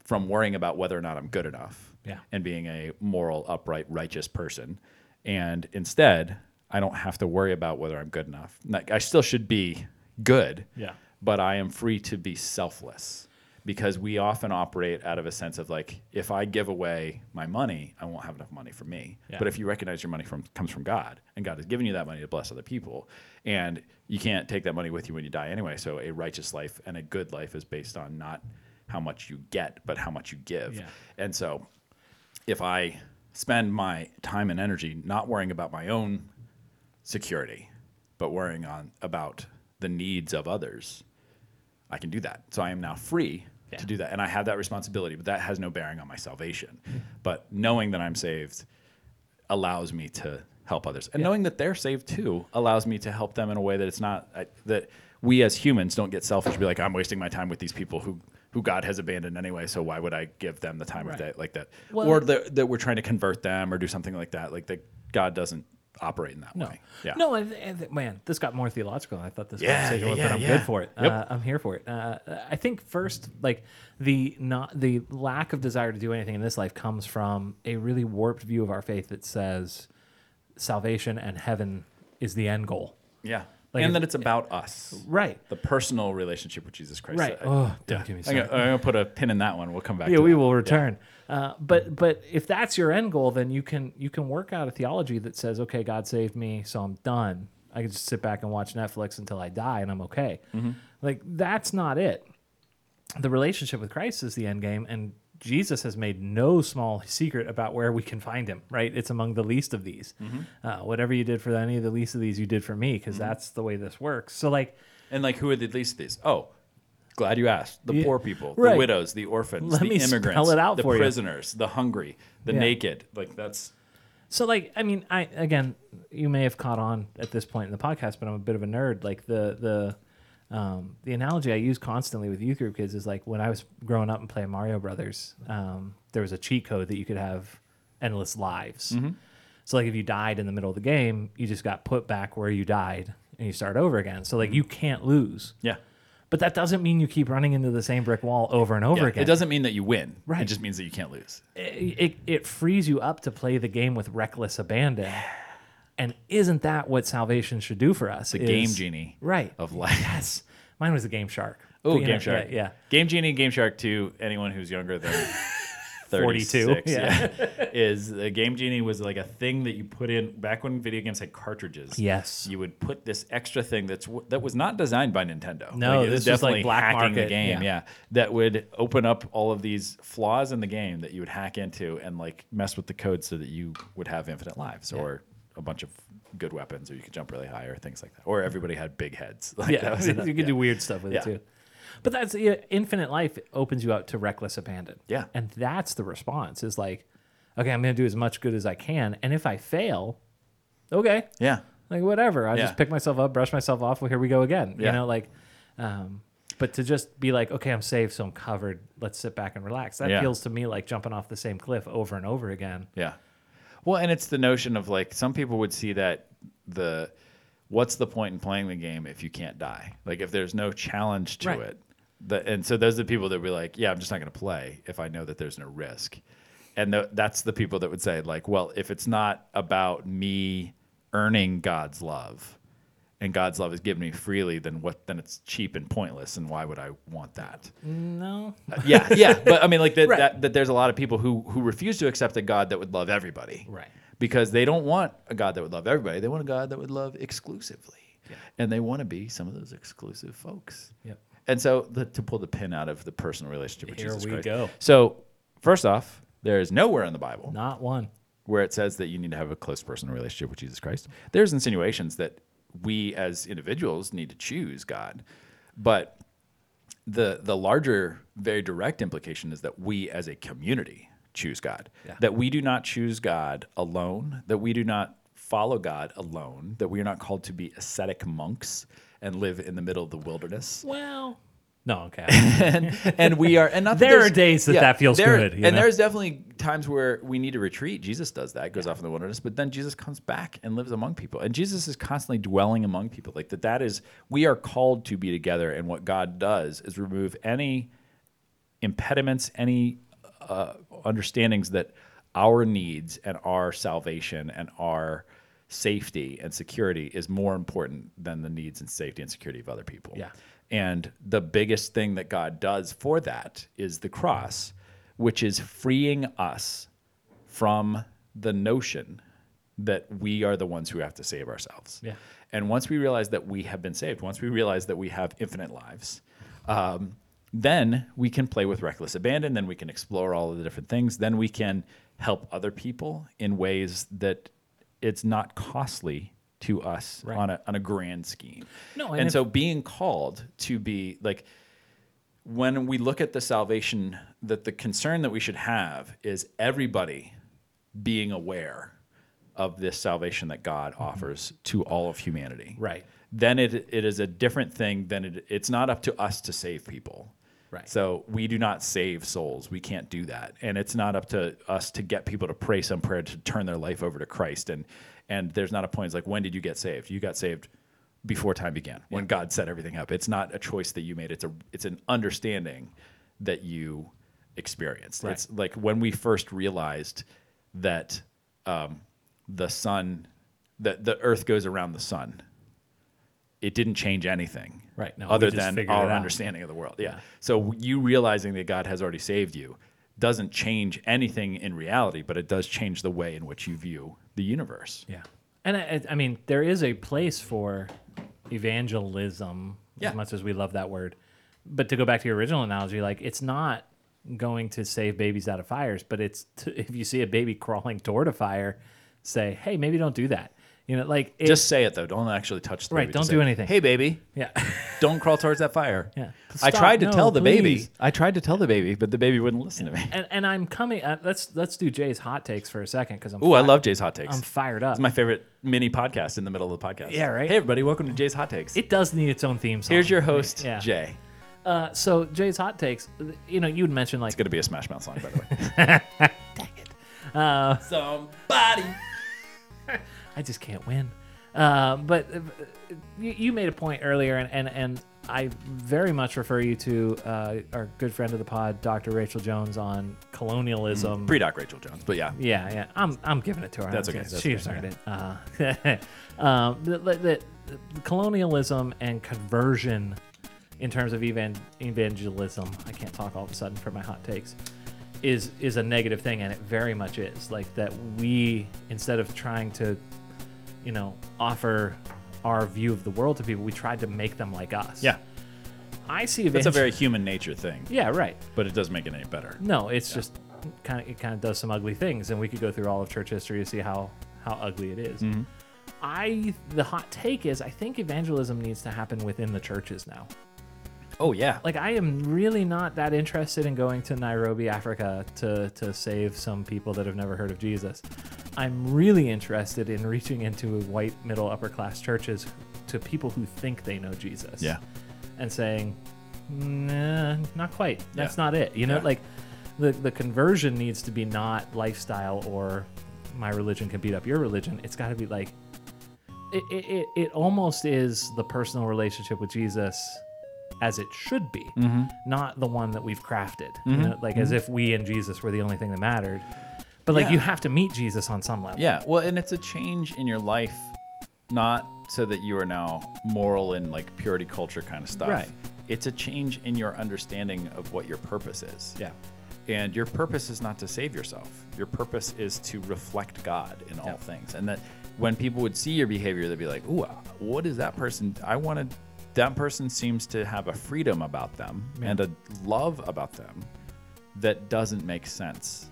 Speaker 1: from worrying about whether or not I'm good enough
Speaker 2: Yeah.
Speaker 1: and being a moral, upright, righteous person. And instead, I don't have to worry about whether I'm good enough. Like, I still should be good,
Speaker 2: Yeah.
Speaker 1: but I am free to be selfless because we often operate out of a sense of like, if I give away my money, I won't have enough money for me.
Speaker 2: Yeah.
Speaker 1: But if you recognize your money from comes from God, and God has given you that money to bless other people, and you can't take that money with you when you die anyway. So a righteous life and a good life is based on not how much you get, but how much you give.
Speaker 2: Yeah.
Speaker 1: And so if I spend my time and energy not worrying about my own security, but worrying on about the needs of others, I can do that. So I am now free
Speaker 2: Yeah.
Speaker 1: to do that, and I have that responsibility. But that has no bearing on my salvation. But knowing that I'm saved allows me to help others, and knowing that they're saved too allows me to help them in a way that it's not I, that we as humans don't get selfish and be like, I'm wasting my time with these people who. Who God has abandoned anyway, so why would I give them the time
Speaker 2: Right.
Speaker 1: of day like that?
Speaker 2: Well-
Speaker 1: or that, that we're trying to convert them or do something like that. Like that, God doesn't operate in that
Speaker 2: no
Speaker 1: way. Yeah.
Speaker 2: no and, and- man this got more theological than i thought this
Speaker 1: Yeah,
Speaker 2: conversation
Speaker 1: yeah,
Speaker 2: would
Speaker 1: yeah,
Speaker 2: but i'm
Speaker 1: yeah.
Speaker 2: good for it
Speaker 1: Yep.
Speaker 2: uh, i'm here for it uh, i think first like the not the lack of desire to do anything in this life comes from a really warped view of our faith that says salvation and heaven is the end goal
Speaker 1: Yeah.
Speaker 2: Like
Speaker 1: and
Speaker 2: if-
Speaker 1: that it's about us.
Speaker 2: right
Speaker 1: The personal relationship with Jesus Christ.
Speaker 2: Right.
Speaker 1: I-
Speaker 2: Oh, don't give me
Speaker 1: I'm going to put a pin in that one. We'll come back
Speaker 2: yeah
Speaker 1: to
Speaker 2: we
Speaker 1: that. Mm-hmm.
Speaker 2: will return uh, but but if that's your end goal then you can you can work out a theology that says okay god saved me so i'm done i can just sit back and watch netflix until i die and i'm okay
Speaker 1: Mm-hmm.
Speaker 2: like that's not it the relationship with christ is the end game and jesus has made no small secret about where we can find him right it's among the least of these
Speaker 1: Mm-hmm.
Speaker 2: uh, whatever you did for any of the least of these you did for me because that's the way this works so like
Speaker 1: And like, who are the least of these? Oh, glad you asked. The
Speaker 2: Yeah.
Speaker 1: poor people,
Speaker 2: Right.
Speaker 1: the widows, the orphans,
Speaker 2: Let
Speaker 1: the
Speaker 2: me spell
Speaker 1: immigrants,
Speaker 2: it out
Speaker 1: the
Speaker 2: for you.
Speaker 1: prisoners, the hungry, the
Speaker 2: Yeah.
Speaker 1: naked. Like, that's.
Speaker 2: So like I mean I again you may have caught on at this point in the podcast but I'm a bit of a nerd like the the um, the analogy I use constantly with youth group kids is like when I was growing up and playing Mario Brothers um, there was a cheat code that you could have endless lives
Speaker 1: Mm-hmm.
Speaker 2: so like if you died in the middle of the game you just got put back where you died and you start over again so like you can't lose
Speaker 1: Mm-hmm. Yeah.
Speaker 2: but that doesn't mean you keep running into the same brick wall over and over
Speaker 1: Yeah.
Speaker 2: again
Speaker 1: It doesn't mean that you win.
Speaker 2: Right.
Speaker 1: It just means that you can't lose.
Speaker 2: it, it, it frees you up to play the game with reckless abandon. And isn't that what salvation should do for us?
Speaker 1: The game genie
Speaker 2: Right.
Speaker 1: of life.
Speaker 2: Yes. Mine was the game shark.
Speaker 1: Oh,
Speaker 2: you know,
Speaker 1: Game Shark.
Speaker 2: yeah, yeah.
Speaker 1: Game Genie, Game Shark 2, anyone who's younger than
Speaker 2: 42,
Speaker 1: 36,
Speaker 2: yeah.
Speaker 1: is the Game Genie was like a thing that you put in back when video games had cartridges.
Speaker 2: Yes.
Speaker 1: You would put this extra thing that's w- that was not designed by Nintendo.
Speaker 2: No,
Speaker 1: it was
Speaker 2: this was like black
Speaker 1: hacking the
Speaker 2: market,
Speaker 1: game,
Speaker 2: yeah.
Speaker 1: yeah. That would open up all of these flaws in the game that you would hack into and like mess with the code so that you would have infinite lives or a bunch of good weapons or you could jump really high or things like that. Or everybody had big heads. Like
Speaker 2: yeah,
Speaker 1: that was
Speaker 2: you
Speaker 1: another-
Speaker 2: can
Speaker 1: yeah.
Speaker 2: do weird stuff with
Speaker 1: Yeah.
Speaker 2: it too. But that's yeah, infinite life opens you up to reckless abandon.
Speaker 1: Yeah.
Speaker 2: and that's the response is like, okay, I'm going to do as much good as I can, and if I fail, okay,
Speaker 1: Yeah.
Speaker 2: like whatever, I will
Speaker 1: Yeah.
Speaker 2: just pick myself up, brush myself off. Well, here we go again.
Speaker 1: Yeah.
Speaker 2: You know, like, um, but to just be like, okay, I'm safe, so I'm covered. Let's sit back and relax. That
Speaker 1: Yeah.
Speaker 2: feels to me like jumping off the same cliff over and over again.
Speaker 1: Yeah. Well, and it's the notion of like some people would see that the what's the point in playing the game if you can't die? Like if there's no challenge to
Speaker 2: Right.
Speaker 1: it. The, and so those are the people that would be like, yeah, I'm just not going to play if I know that there's no risk. And tho- that's the people that would say like, well, if it's not about me earning God's love and God's love is given me freely, then what then it's cheap and pointless and why would I want that?
Speaker 2: No,
Speaker 1: yeah, yeah. But I mean, like that,
Speaker 2: Right.
Speaker 1: that, that there's a lot of people who who refuse to accept a God that would love everybody,
Speaker 2: Right.
Speaker 1: Because they don't want a God that would love everybody. They want a God that would love exclusively, and they want to be some of those exclusive folks.
Speaker 2: Yep.
Speaker 1: And so the, to pull the pin out of the personal relationship with
Speaker 2: Here
Speaker 1: Jesus
Speaker 2: we
Speaker 1: Christ.
Speaker 2: go.
Speaker 1: So first off, there is nowhere in the Bible
Speaker 2: not one.
Speaker 1: where it says that you need to have a close personal relationship with Jesus Christ. There's insinuations that we as individuals need to choose God, but the the larger, very direct implication is that we as a community choose God. That we do not choose God alone. That we do not follow God alone. That we are not called to be ascetic monks and live in the middle of the wilderness
Speaker 2: Well, no, okay.
Speaker 1: and we are and not that
Speaker 2: There are
Speaker 1: there's-
Speaker 2: days that that feels
Speaker 1: there-
Speaker 2: good, you
Speaker 1: and
Speaker 2: know?
Speaker 1: there's definitely times where we need to retreat jesus does that goes off in the wilderness but then jesus comes back and lives among people and jesus is constantly dwelling among people like that that is we are called to be together and what god does is remove any impediments any uh, understandings that our needs and our salvation and our safety and security is more important than the needs and safety and security of other people
Speaker 2: Yeah.
Speaker 1: and the biggest thing that God does for that is the cross, which is freeing us from the notion that we are the ones who have to save ourselves.
Speaker 2: Yeah.
Speaker 1: And once we realize that we have been saved, once we realize that we have infinite lives, um, then we can play with reckless abandon. Then we can explore all of the different things. Then we can help other people in ways that it's not costly to us
Speaker 2: Right.
Speaker 1: on, a, on a grand scheme.
Speaker 2: No, and
Speaker 1: and
Speaker 2: if-
Speaker 1: so being called to be like, when we look at the salvation, that the concern that we should have is everybody being aware of this salvation that God offers to all of humanity.
Speaker 2: Mm-hmm. Right.
Speaker 1: Then it, it is a different thing than it, it's not up to us to save people.
Speaker 2: Right.
Speaker 1: So we do not save souls. We can't do that. And it's not up to us to get people to pray some prayer to turn their life over to Christ. And and there's not a point it's like when did you get saved? You got saved before time began, when God set everything up. It's not a choice that you made. It's a it's an understanding that you experienced. It's like when we first realized that um, the sun that the earth goes around the sun. It didn't change anything.
Speaker 2: Right, no, we
Speaker 1: other
Speaker 2: just
Speaker 1: than
Speaker 2: figured it
Speaker 1: our
Speaker 2: out.
Speaker 1: understanding understanding of the world. Yeah. So you realizing that God has already saved you doesn't change anything in reality, but it does change the way in which you view the universe.
Speaker 2: Yeah, and I, I- I mean, there is a place for evangelism,
Speaker 1: Yeah.
Speaker 2: as much as we love that word. But to go back to your original analogy, like it's not going to save babies out of fires, but it's to, if you see a baby crawling toward a fire, say, "Hey, maybe don't do that." You know, like it,
Speaker 1: Just say it though. Don't actually touch the
Speaker 2: Right,
Speaker 1: baby. Just
Speaker 2: don't
Speaker 1: say,
Speaker 2: do anything.
Speaker 1: Hey baby,
Speaker 2: yeah,
Speaker 1: don't crawl towards that fire.
Speaker 2: Yeah.
Speaker 1: I
Speaker 2: Stop,
Speaker 1: tried to
Speaker 2: no,
Speaker 1: tell the baby.
Speaker 2: please.
Speaker 1: I tried to tell the baby, but the baby wouldn't listen to me.
Speaker 2: and and I'm coming. Uh, let's let's do Jay's hot takes for a second because I'm
Speaker 1: Ooh, I
Speaker 2: fi-
Speaker 1: love Jay's hot takes.
Speaker 2: I'm fired up.
Speaker 1: it's my favorite mini podcast in the middle of the podcast.
Speaker 2: Yeah, right?
Speaker 1: Hey everybody, welcome to Jay's hot takes.
Speaker 2: it does need its own theme song.
Speaker 1: Here's your host,
Speaker 2: Yeah.
Speaker 1: Jay.
Speaker 2: uh, so Jay's hot takes. You know, you'd mentioned like
Speaker 1: It's gonna be a Smash Mouth song, by the way.
Speaker 2: uh,
Speaker 1: Somebody.
Speaker 2: I just can't win. Uh, but uh, you, you made a point earlier, and, and, and I very much refer you to uh, our good friend of the pod, Dr. Rachel Jones, on colonialism.
Speaker 1: Pre-doc Rachel Jones, but yeah.
Speaker 2: Yeah, yeah. I'm, I'm giving it to her.
Speaker 1: That's
Speaker 2: I'm
Speaker 1: okay,
Speaker 2: just-
Speaker 1: that's
Speaker 2: She's
Speaker 1: okay,
Speaker 2: earned it. Uh, um, the, the, the- the colonialism and conversion in terms of evan- evangelism. I can't talk all of a sudden for my hot takes. Is is a negative thing, and it very much is. Like that we instead of trying to, you know, offer our view of the world to people, we tried to make them like us.
Speaker 1: Yeah,
Speaker 2: I see.
Speaker 1: that's a
Speaker 2: evangel-
Speaker 1: very human nature thing,
Speaker 2: yeah, right.
Speaker 1: but it doesn't make it any better.
Speaker 2: No, it's just kind of it kind of does some ugly things, and we could go through all of church history to see how how ugly it is. I the hot take is I think evangelism needs to happen within the churches now.
Speaker 1: Oh yeah,
Speaker 2: Like I am really not that interested in going to Nairobi, Africa to to save some people that have never heard of Jesus. I'm really interested in reaching into white middle upper class churches to people who think they know Jesus
Speaker 1: yeah,
Speaker 2: and saying, nah, not quite. That's
Speaker 1: Yeah.
Speaker 2: not it. You know,
Speaker 1: Yeah.
Speaker 2: like the, the conversion needs to be not lifestyle or my religion can beat up your religion. It's got to be like, it, it, it, it almost is the personal relationship with Jesus as it should be,
Speaker 1: Mm-hmm.
Speaker 2: not the one that we've crafted. You know, like as if we and Jesus were the only thing that mattered. But like
Speaker 1: Yeah.
Speaker 2: you have to meet Jesus on some level.
Speaker 1: yeah. Well, and it's a change in your life, not so that you are now moral and like purity culture kind of stuff.
Speaker 2: Right.
Speaker 1: It's a change in your understanding of what your purpose is.
Speaker 2: Yeah.
Speaker 1: And your purpose is not to save yourself. Your purpose is to reflect God in all things. And that when people would see your behavior, they'd be like, ooh, what is that person? I want to, that person seems to have a freedom about them and a love about them that doesn't make sense.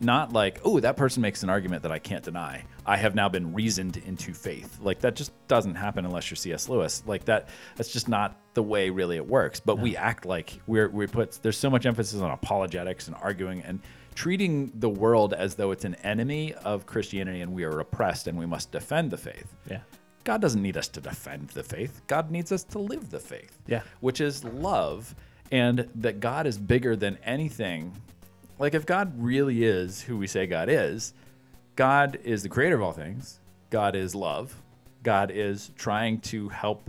Speaker 1: Not like, oh, that person makes an argument that I can't deny. I have now been reasoned into faith. Like that just doesn't happen unless you're C.S. Lewis. Like that, that's just not the way really it works. But we act like we're we put there's so much emphasis on apologetics and arguing and treating the world as though it's an enemy of Christianity and we are oppressed and we must defend the faith.
Speaker 2: Yeah.
Speaker 1: God doesn't need us to defend the faith. God needs us to live the faith.
Speaker 2: Yeah.
Speaker 1: Which is love and that God is bigger than anything. Like if God really is who we say God is, God is the creator of all things. God is love. God is trying to help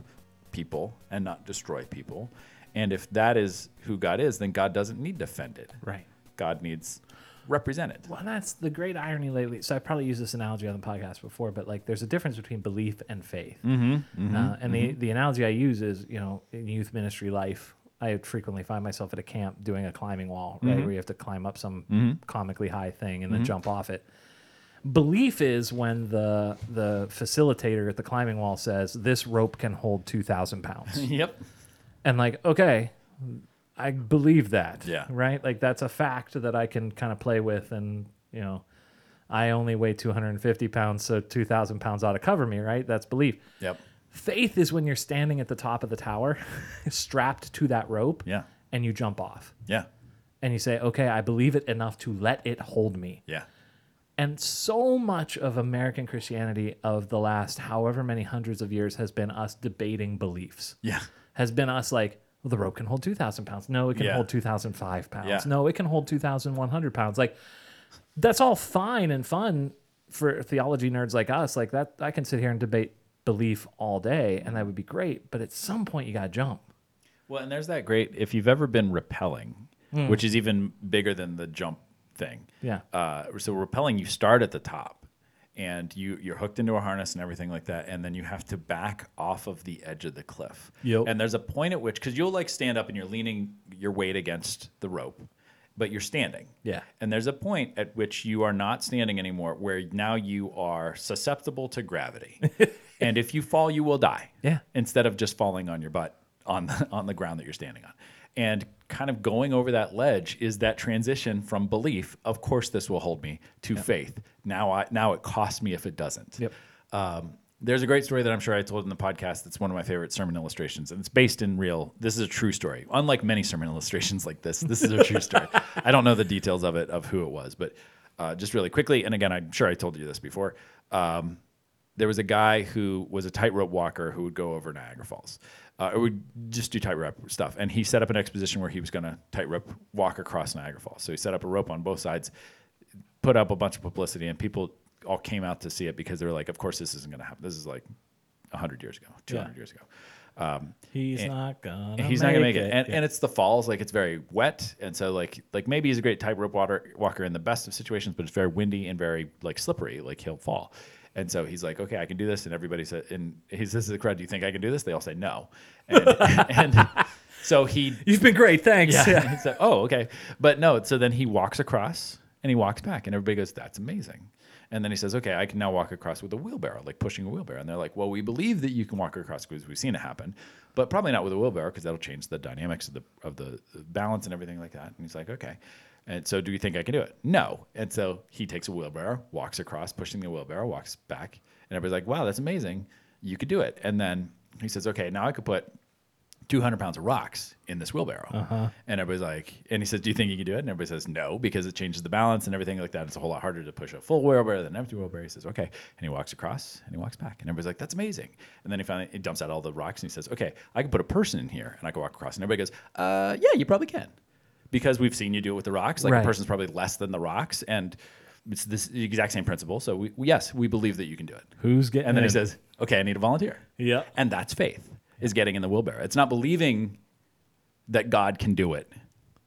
Speaker 1: people and not destroy people. And if that is who God is, then God doesn't need defended.
Speaker 2: Right.
Speaker 1: God needs represented.
Speaker 2: Well, that's the great irony lately. So I probably used this analogy on the podcast before, but like there's a difference between belief and faith. uh, and the, the analogy I use is, you know, in youth ministry life, I frequently find myself at a camp doing a climbing wall, right? Where you have to climb up some comically high thing and then jump off it. Belief is when the the facilitator at the climbing wall says this rope can hold two thousand pounds
Speaker 1: Yep.
Speaker 2: and like okay i believe that
Speaker 1: Yeah.
Speaker 2: right like that's a fact that i can kind of play with and you know i only weigh 250 pounds so 2000 pounds ought to cover me right that's belief
Speaker 1: Yep.
Speaker 2: faith is when you're standing at the top of the tower strapped to that rope
Speaker 1: Yeah.
Speaker 2: and you jump off
Speaker 1: Yeah.
Speaker 2: and you say okay i believe it enough to let it hold me
Speaker 1: Yeah.
Speaker 2: and so much of american christianity of the last however many hundreds of years has been us debating beliefs
Speaker 1: Yeah.
Speaker 2: has been us like well, the rope can hold 2000 pounds no it can
Speaker 1: Yeah.
Speaker 2: hold 2005 pounds
Speaker 1: Yeah.
Speaker 2: no it can hold 2100 pounds like that's all fine and fun for theology nerds like us like that i can sit here and debate belief all day and that would be great but at some point you gotta jump
Speaker 1: Well, and there's that great if you've ever been rappelling, which is even bigger than the jump thing.
Speaker 2: Yeah.
Speaker 1: Uh, so rappelling, you start at the top, and you you're hooked into a harness and everything like that, and then you have to back off of the edge of the cliff.
Speaker 2: Yep.
Speaker 1: And there's a point at which because you'll like stand up and you're leaning your weight against the rope, but you're standing.
Speaker 2: Yeah.
Speaker 1: And there's a point at which you are not standing anymore, where now you are susceptible to gravity, and if you fall, you will die
Speaker 2: Yeah.
Speaker 1: instead of just falling on your butt on the, on the ground that you're standing on. And kind of going over that ledge is that transition from belief, of course this will hold me, to faith. Now I now it costs me if it doesn't.
Speaker 2: Yep.
Speaker 1: Um, there's a great story that I'm sure I told in the podcast that's one of my favorite sermon illustrations, and it's based in real. This is a true story. Unlike many sermon illustrations like this, this is a true story. I don't know the details of it, of who it was, but uh, just really quickly, and again, I'm sure I told you this before. Um, there was a guy who was a tightrope walker who would go over Niagara Falls, uh, or would just do tightrope stuff. And he set up an exposition where he was going to tightrope walk across Niagara Falls. So he set up a rope on both sides, put up a bunch of publicity, and people all came out to see it because they were like, "Of course, this isn't going to happen. This is like 100 years ago, 200
Speaker 2: Yeah.
Speaker 1: years ago." Um,
Speaker 2: he's not gonna
Speaker 1: he's not gonna make it, and, and it's the falls. Like it's very wet, and so like like maybe he's a great tightrope water walker in the best of situations, but it's very windy and very like slippery. Like he'll fall, And so he's like, okay, I can do this. And everybody said, and he says to the crowd, do you think I can do this? They all say no. And, and so he
Speaker 2: You've been great, thanks.
Speaker 1: yeah. It's like, oh, okay. But no, so then he walks across and he walks back, and everybody goes, that's amazing. And then he says, okay, I can now walk across with a wheelbarrow, like pushing a wheelbarrow. And they're like, well, we believe that you can walk across because we've seen it happen, but probably not with a wheelbarrow because that'll change the dynamics of the of the balance and everything like that. And he's like, okay. And so, do you think I can do it? No. And so he takes a wheelbarrow, walks across, pushing the wheelbarrow, walks back, and everybody's like, wow, that's amazing. You could do it. And then he says, okay, now I could put 200 pounds of rocks in this wheelbarrow.
Speaker 2: Uh-huh.
Speaker 1: And everybody's like, and he says, Do you think you can do it? And everybody says, No, because it changes the balance and everything like that. It's a whole lot harder to push a full wheelbarrow than an empty wheelbarrow. He says, Okay. And he walks across and he walks back. And everybody's like, That's amazing. And then he finally he dumps out all the rocks and he says, Okay, I can put a person in here and I can walk across. And everybody goes, uh, Yeah, you probably can. Because we've seen you do it with the rocks. Like
Speaker 2: Right.
Speaker 1: a person's probably less than the rocks. And it's this the exact same principle. So we, we- yes, we believe that you can do it.
Speaker 2: Who's getting
Speaker 1: And then he
Speaker 2: in?
Speaker 1: says, Okay, I need a volunteer.
Speaker 2: Yeah.
Speaker 1: And that's faith is getting in the wheelbarrow. It's not believing that God can do it.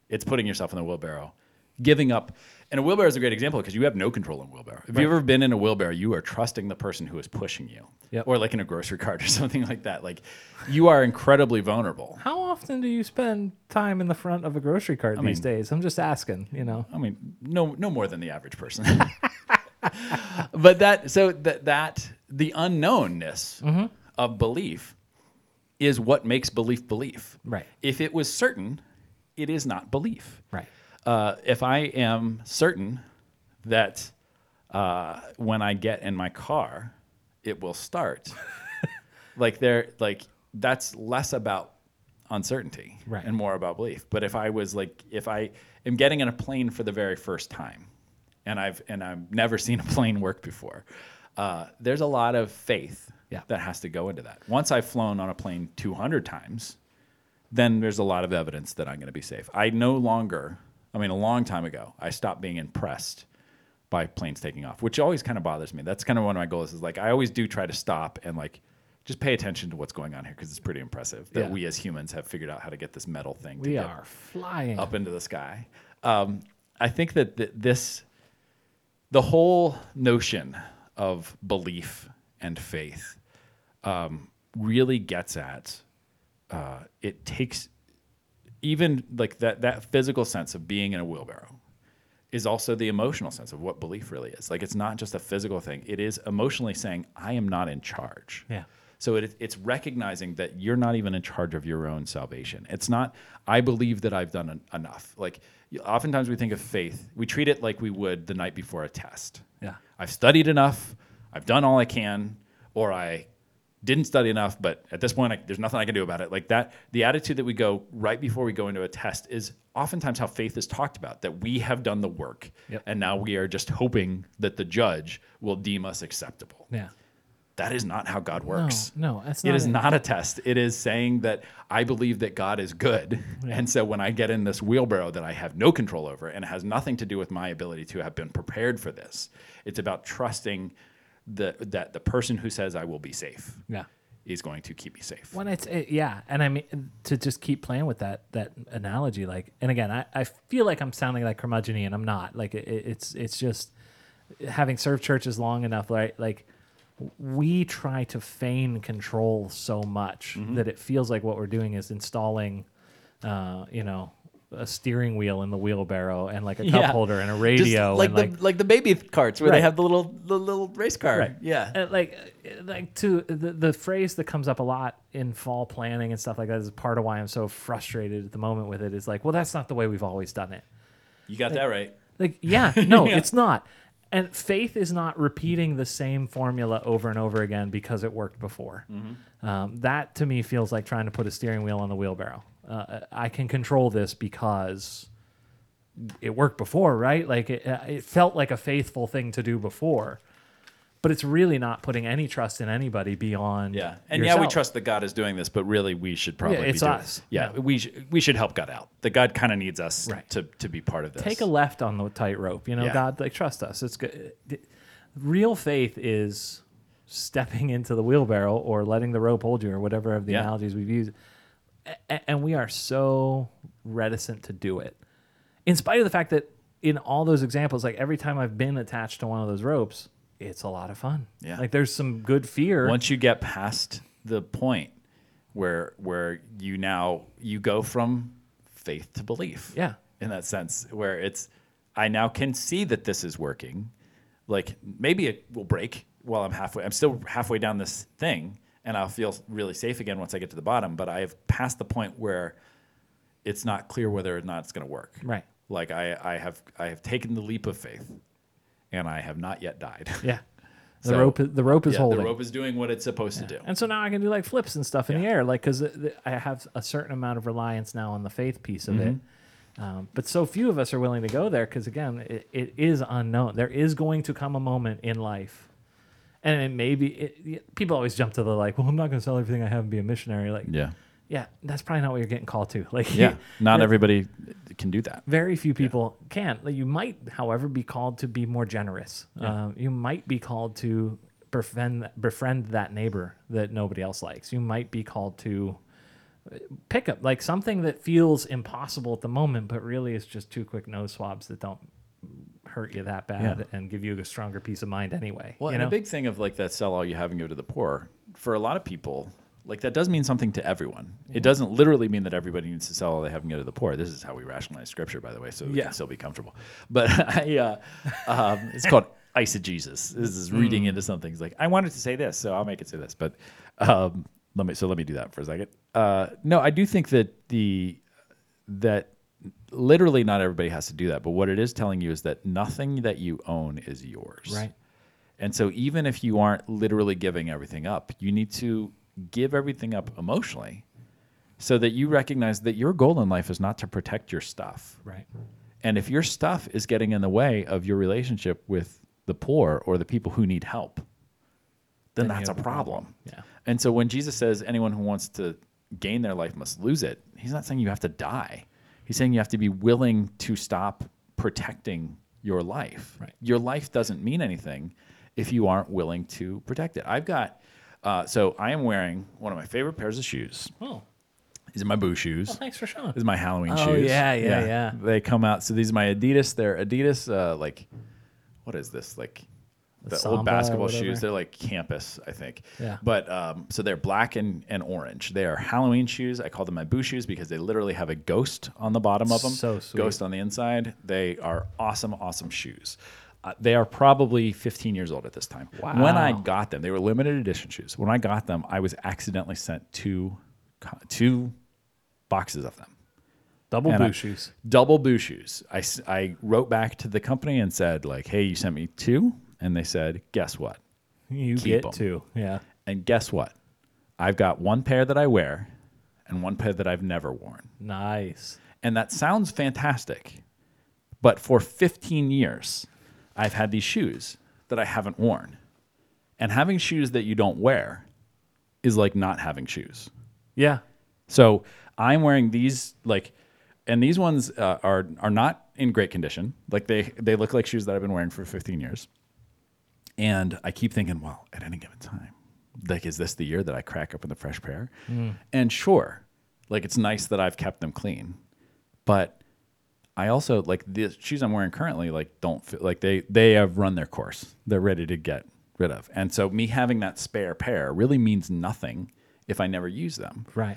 Speaker 1: It's putting yourself in the wheelbarrow, giving up. And a wheelbarrow is a great example because you have no control in a wheelbarrow. If you've ever been in a wheelbarrow, you are trusting the person who is pushing you,
Speaker 2: Yep.
Speaker 1: or like in a grocery cart or something like that. Like you are incredibly vulnerable.
Speaker 2: How often do you spend time in the front of a grocery cart these days? I'm just asking, you know.
Speaker 1: I mean, no, no more than the average person. but that, so that, that the unknownness of belief is what makes belief belief.
Speaker 2: Right.
Speaker 1: If it was certain, it is not belief.
Speaker 2: Right.
Speaker 1: Uh, if I am certain that uh, when I get in my car, it will start, like there, like that's less about uncertainty
Speaker 2: Right.
Speaker 1: and more about belief. But if I was like, if I am getting in a plane for the very first time, and I've and I've never seen a plane work before, uh, there's a lot of faith
Speaker 2: Yeah.
Speaker 1: that has to go into that. Once I've flown on a plane 200 times, then there's a lot of evidence that I'm going to be safe. I no longer, I mean, a long time ago, I stopped being impressed by planes taking off, which always kind of bothers me. That's kind of one of my goals is like, I always do try to stop and like, just pay attention to what's going on here because it's pretty impressive that
Speaker 2: Yeah.
Speaker 1: we as humans have figured out how to get this metal thing to
Speaker 2: We
Speaker 1: get
Speaker 2: are flying.
Speaker 1: up into the sky. Um, I think that th- this, the whole notion of belief and faith, um, really gets at. Uh, it takes even like that that physical sense of being in a wheelbarrow is also the emotional sense of what belief really is. Like it's not just a physical thing; it is emotionally saying, "I am not in charge."
Speaker 2: Yeah.
Speaker 1: So it, it's recognizing that you're not even in charge of your own salvation. It's not, I believe that I've done en- enough. Like, you- oftentimes we think of faith, we treat it like we would the night before a test.
Speaker 2: Yeah.
Speaker 1: I've studied enough, I've done all I can, or I didn't study enough, but at this point, I, there's nothing I can do about it. Like that, the attitude that we go right before we go into a test is oftentimes how faith is talked about that we have done the work,
Speaker 2: Yep.
Speaker 1: and now we are just hoping that the judge will deem us acceptable.
Speaker 2: Yeah.
Speaker 1: That is not how God
Speaker 2: No,
Speaker 1: works.
Speaker 2: no, that's
Speaker 1: It
Speaker 2: not
Speaker 1: is
Speaker 2: it.
Speaker 1: not a test. It is saying that I believe that God is good. And so when I get in this wheelbarrow that I have no control over and has nothing to do with my ability to have been prepared for this, it's about trusting the, that the person who says I will be safe
Speaker 2: Yeah.
Speaker 1: is going to keep me safe.
Speaker 2: When it's it, yeah, and I mean to just keep playing with that that analogy, like, and again, I, I feel like I'm sounding like curmudgeon and I'm not. Like, it, it- it's it's just having served churches long enough, right? Like, we try to feign control so much
Speaker 1: Mm-hmm.
Speaker 2: that it feels like what we're doing is installing, uh, you know, a steering wheel in the wheelbarrow and like a cup
Speaker 1: Yeah.
Speaker 2: holder and a
Speaker 1: Just
Speaker 2: radio
Speaker 1: like,
Speaker 2: and
Speaker 1: the,
Speaker 2: like
Speaker 1: like, the baby carts where
Speaker 2: Right.
Speaker 1: they have the little the little race car.
Speaker 2: Right.
Speaker 1: Yeah.
Speaker 2: Uh, like, uh, like to the, the phrase that comes up a lot in fall planning and stuff like that is part of why I'm so frustrated at the moment with it. Is like, well, that's not the way we've always done it.
Speaker 1: You got that right.
Speaker 2: Like, yeah, no, it's not. And faith is not repeating the same formula over and over again because it worked before.
Speaker 1: Mm-hmm.
Speaker 2: Um, that to me feels like trying to put a steering wheel on the wheelbarrow. Uh, I can control this because it worked before, right? Like it, uh, it felt like a faithful thing to do before, but it's really not putting any trust in anybody beyond.
Speaker 1: Yeah, and yeah, we
Speaker 2: yourself.
Speaker 1: trust that God is doing this, but really we should probably
Speaker 2: it's
Speaker 1: be doing
Speaker 2: us.
Speaker 1: Yeah,
Speaker 2: Yeah.
Speaker 1: we sh- we should help God out. That God kind of needs us
Speaker 2: Right.
Speaker 1: to to be part of this.
Speaker 2: take a left on the tightrope. You know,
Speaker 1: Yeah.
Speaker 2: God, like trust us. It's good. Real faith is stepping into the wheelbarrow or letting the rope hold you or whatever of the
Speaker 1: Yeah.
Speaker 2: analogies we've used. A- a- and we are so reticent to do it, in spite of the fact that in all those examples, like every time I've been attached to one of those ropes, it's a lot of fun.
Speaker 1: Yeah.
Speaker 2: Like there's some good fear.
Speaker 1: once you get past the point where where you now you go from faith to belief
Speaker 2: Yeah.
Speaker 1: in that sense where it's i now can see that this is working like maybe it will break while i'm halfway i'm still halfway down this thing and i'll feel really safe again once i get to the bottom but i've passed the point where it's not clear whether or not it's going to work
Speaker 2: Right.
Speaker 1: like I, I have i have taken the leap of faith and i have not yet died
Speaker 2: Yeah. The
Speaker 1: So-
Speaker 2: rope the rope is
Speaker 1: yeah,
Speaker 2: holding.
Speaker 1: the rope is doing what it's supposed to do
Speaker 2: And so now I can do like flips and stuff in the air, like because I have a certain amount of reliance now on the faith piece of it.
Speaker 1: Mm-hmm.
Speaker 2: Um, but so few of us are willing to go there because again, it, it is unknown. There is going to come a moment in life, and it may be it, y- people always jump to the like, well, I'm not going to sell everything I have and be a missionary. Like,
Speaker 1: yeah
Speaker 2: yeah, that's probably not what you're getting called to. Like,
Speaker 1: Yeah, not
Speaker 2: there-
Speaker 1: everybody can do that.
Speaker 2: Very few people can. Like, You might, however, be called to be more generous. Um, you might be called to befriend befriend that neighbor that nobody else likes. You might be called to pick up like something that feels impossible at the moment, but really is just two quick nose swabs that don't hurt you that bad and give you a stronger peace of mind anyway.
Speaker 1: Well,
Speaker 2: you
Speaker 1: and
Speaker 2: know?
Speaker 1: a big thing of like that sell all you have and give to the poor for a lot of people, like that does mean something to everyone.
Speaker 2: Mm-hmm.
Speaker 1: It doesn't literally mean that everybody needs to sell all they have and give to the poor. This is how we rationalize scripture, by the way, so we
Speaker 2: Yeah.
Speaker 1: can still be comfortable. But I, uh, um, it's called eisegesis. This is reading
Speaker 2: Mm.
Speaker 1: into something. It's like I wanted to say this, so I'll make it say this. But um, let me so let me do that for a second. Uh, no, I do think that the that literally not everybody has to do that but what it is telling you is that nothing that you own is yours
Speaker 2: Right.
Speaker 1: and so even if you aren't literally giving everything up you need to give everything up emotionally so that you recognize that your goal in life is not to protect your stuff
Speaker 2: right.
Speaker 1: and if your stuff is getting in the way of your relationship with the poor or the people who need help, then,
Speaker 2: Then you
Speaker 1: that's a
Speaker 2: have a
Speaker 1: problem.
Speaker 2: Yeah.
Speaker 1: And so when Jesus says anyone who wants to gain their life must lose it, he's not saying you have to die. He's saying you have to be willing to stop protecting your life.
Speaker 2: Right.
Speaker 1: Your life doesn't mean anything if you aren't willing to protect it. I've got, uh, so I am wearing one of my favorite pairs of shoes.
Speaker 2: Oh,
Speaker 1: These are my boo shoes.
Speaker 2: thanks for showing.
Speaker 1: This is my Halloween
Speaker 2: Oh,
Speaker 1: shoes.
Speaker 2: yeah, yeah, yeah.
Speaker 1: They come out. So these are my Adidas. They're Adidas. Uh, like, what is this? Like, the,
Speaker 2: Samba or
Speaker 1: old basketball shoes.
Speaker 2: whatever.
Speaker 1: They're like campus, I think.
Speaker 2: Yeah.
Speaker 1: But um, so they're black and, and orange. They are Halloween shoes. I call them my boo shoes because they literally have a ghost on the bottom of them.
Speaker 2: So sweet.
Speaker 1: Ghost on the inside. They are awesome, awesome shoes. Uh, they are probably 15 years old at this time. When I
Speaker 2: Wow.
Speaker 1: got them, they were limited edition shoes. When I got them, I was accidentally sent two co- two boxes of them
Speaker 2: Double
Speaker 1: and I-
Speaker 2: blue shoes.
Speaker 1: double boo shoes. I, s- I wrote back to the company and said, like, hey, you sent me two. And they said, guess what?
Speaker 2: You
Speaker 1: Keep
Speaker 2: get
Speaker 1: 'em.
Speaker 2: two. Yeah.
Speaker 1: And guess what? I've got one pair that I wear and one pair that I've never worn.
Speaker 2: Nice.
Speaker 1: And that sounds fantastic. But for 15 years, I've had these shoes that I haven't worn. And having shoes that you don't wear is like not having shoes.
Speaker 2: Yeah.
Speaker 1: So I'm wearing these like, and these ones uh, are are not in great condition. Like they they look like shoes that I've been wearing for 15 years. And I keep thinking, well, at any given time, like, is this the year that I crack open the fresh pair? And sure, like it's nice that I've kept them clean, but I also like the shoes I'm wearing currently. Like, don't fit. Like they they have run their course. They're ready to get rid of. And so me having that spare pair really means nothing if I never use them
Speaker 2: Right.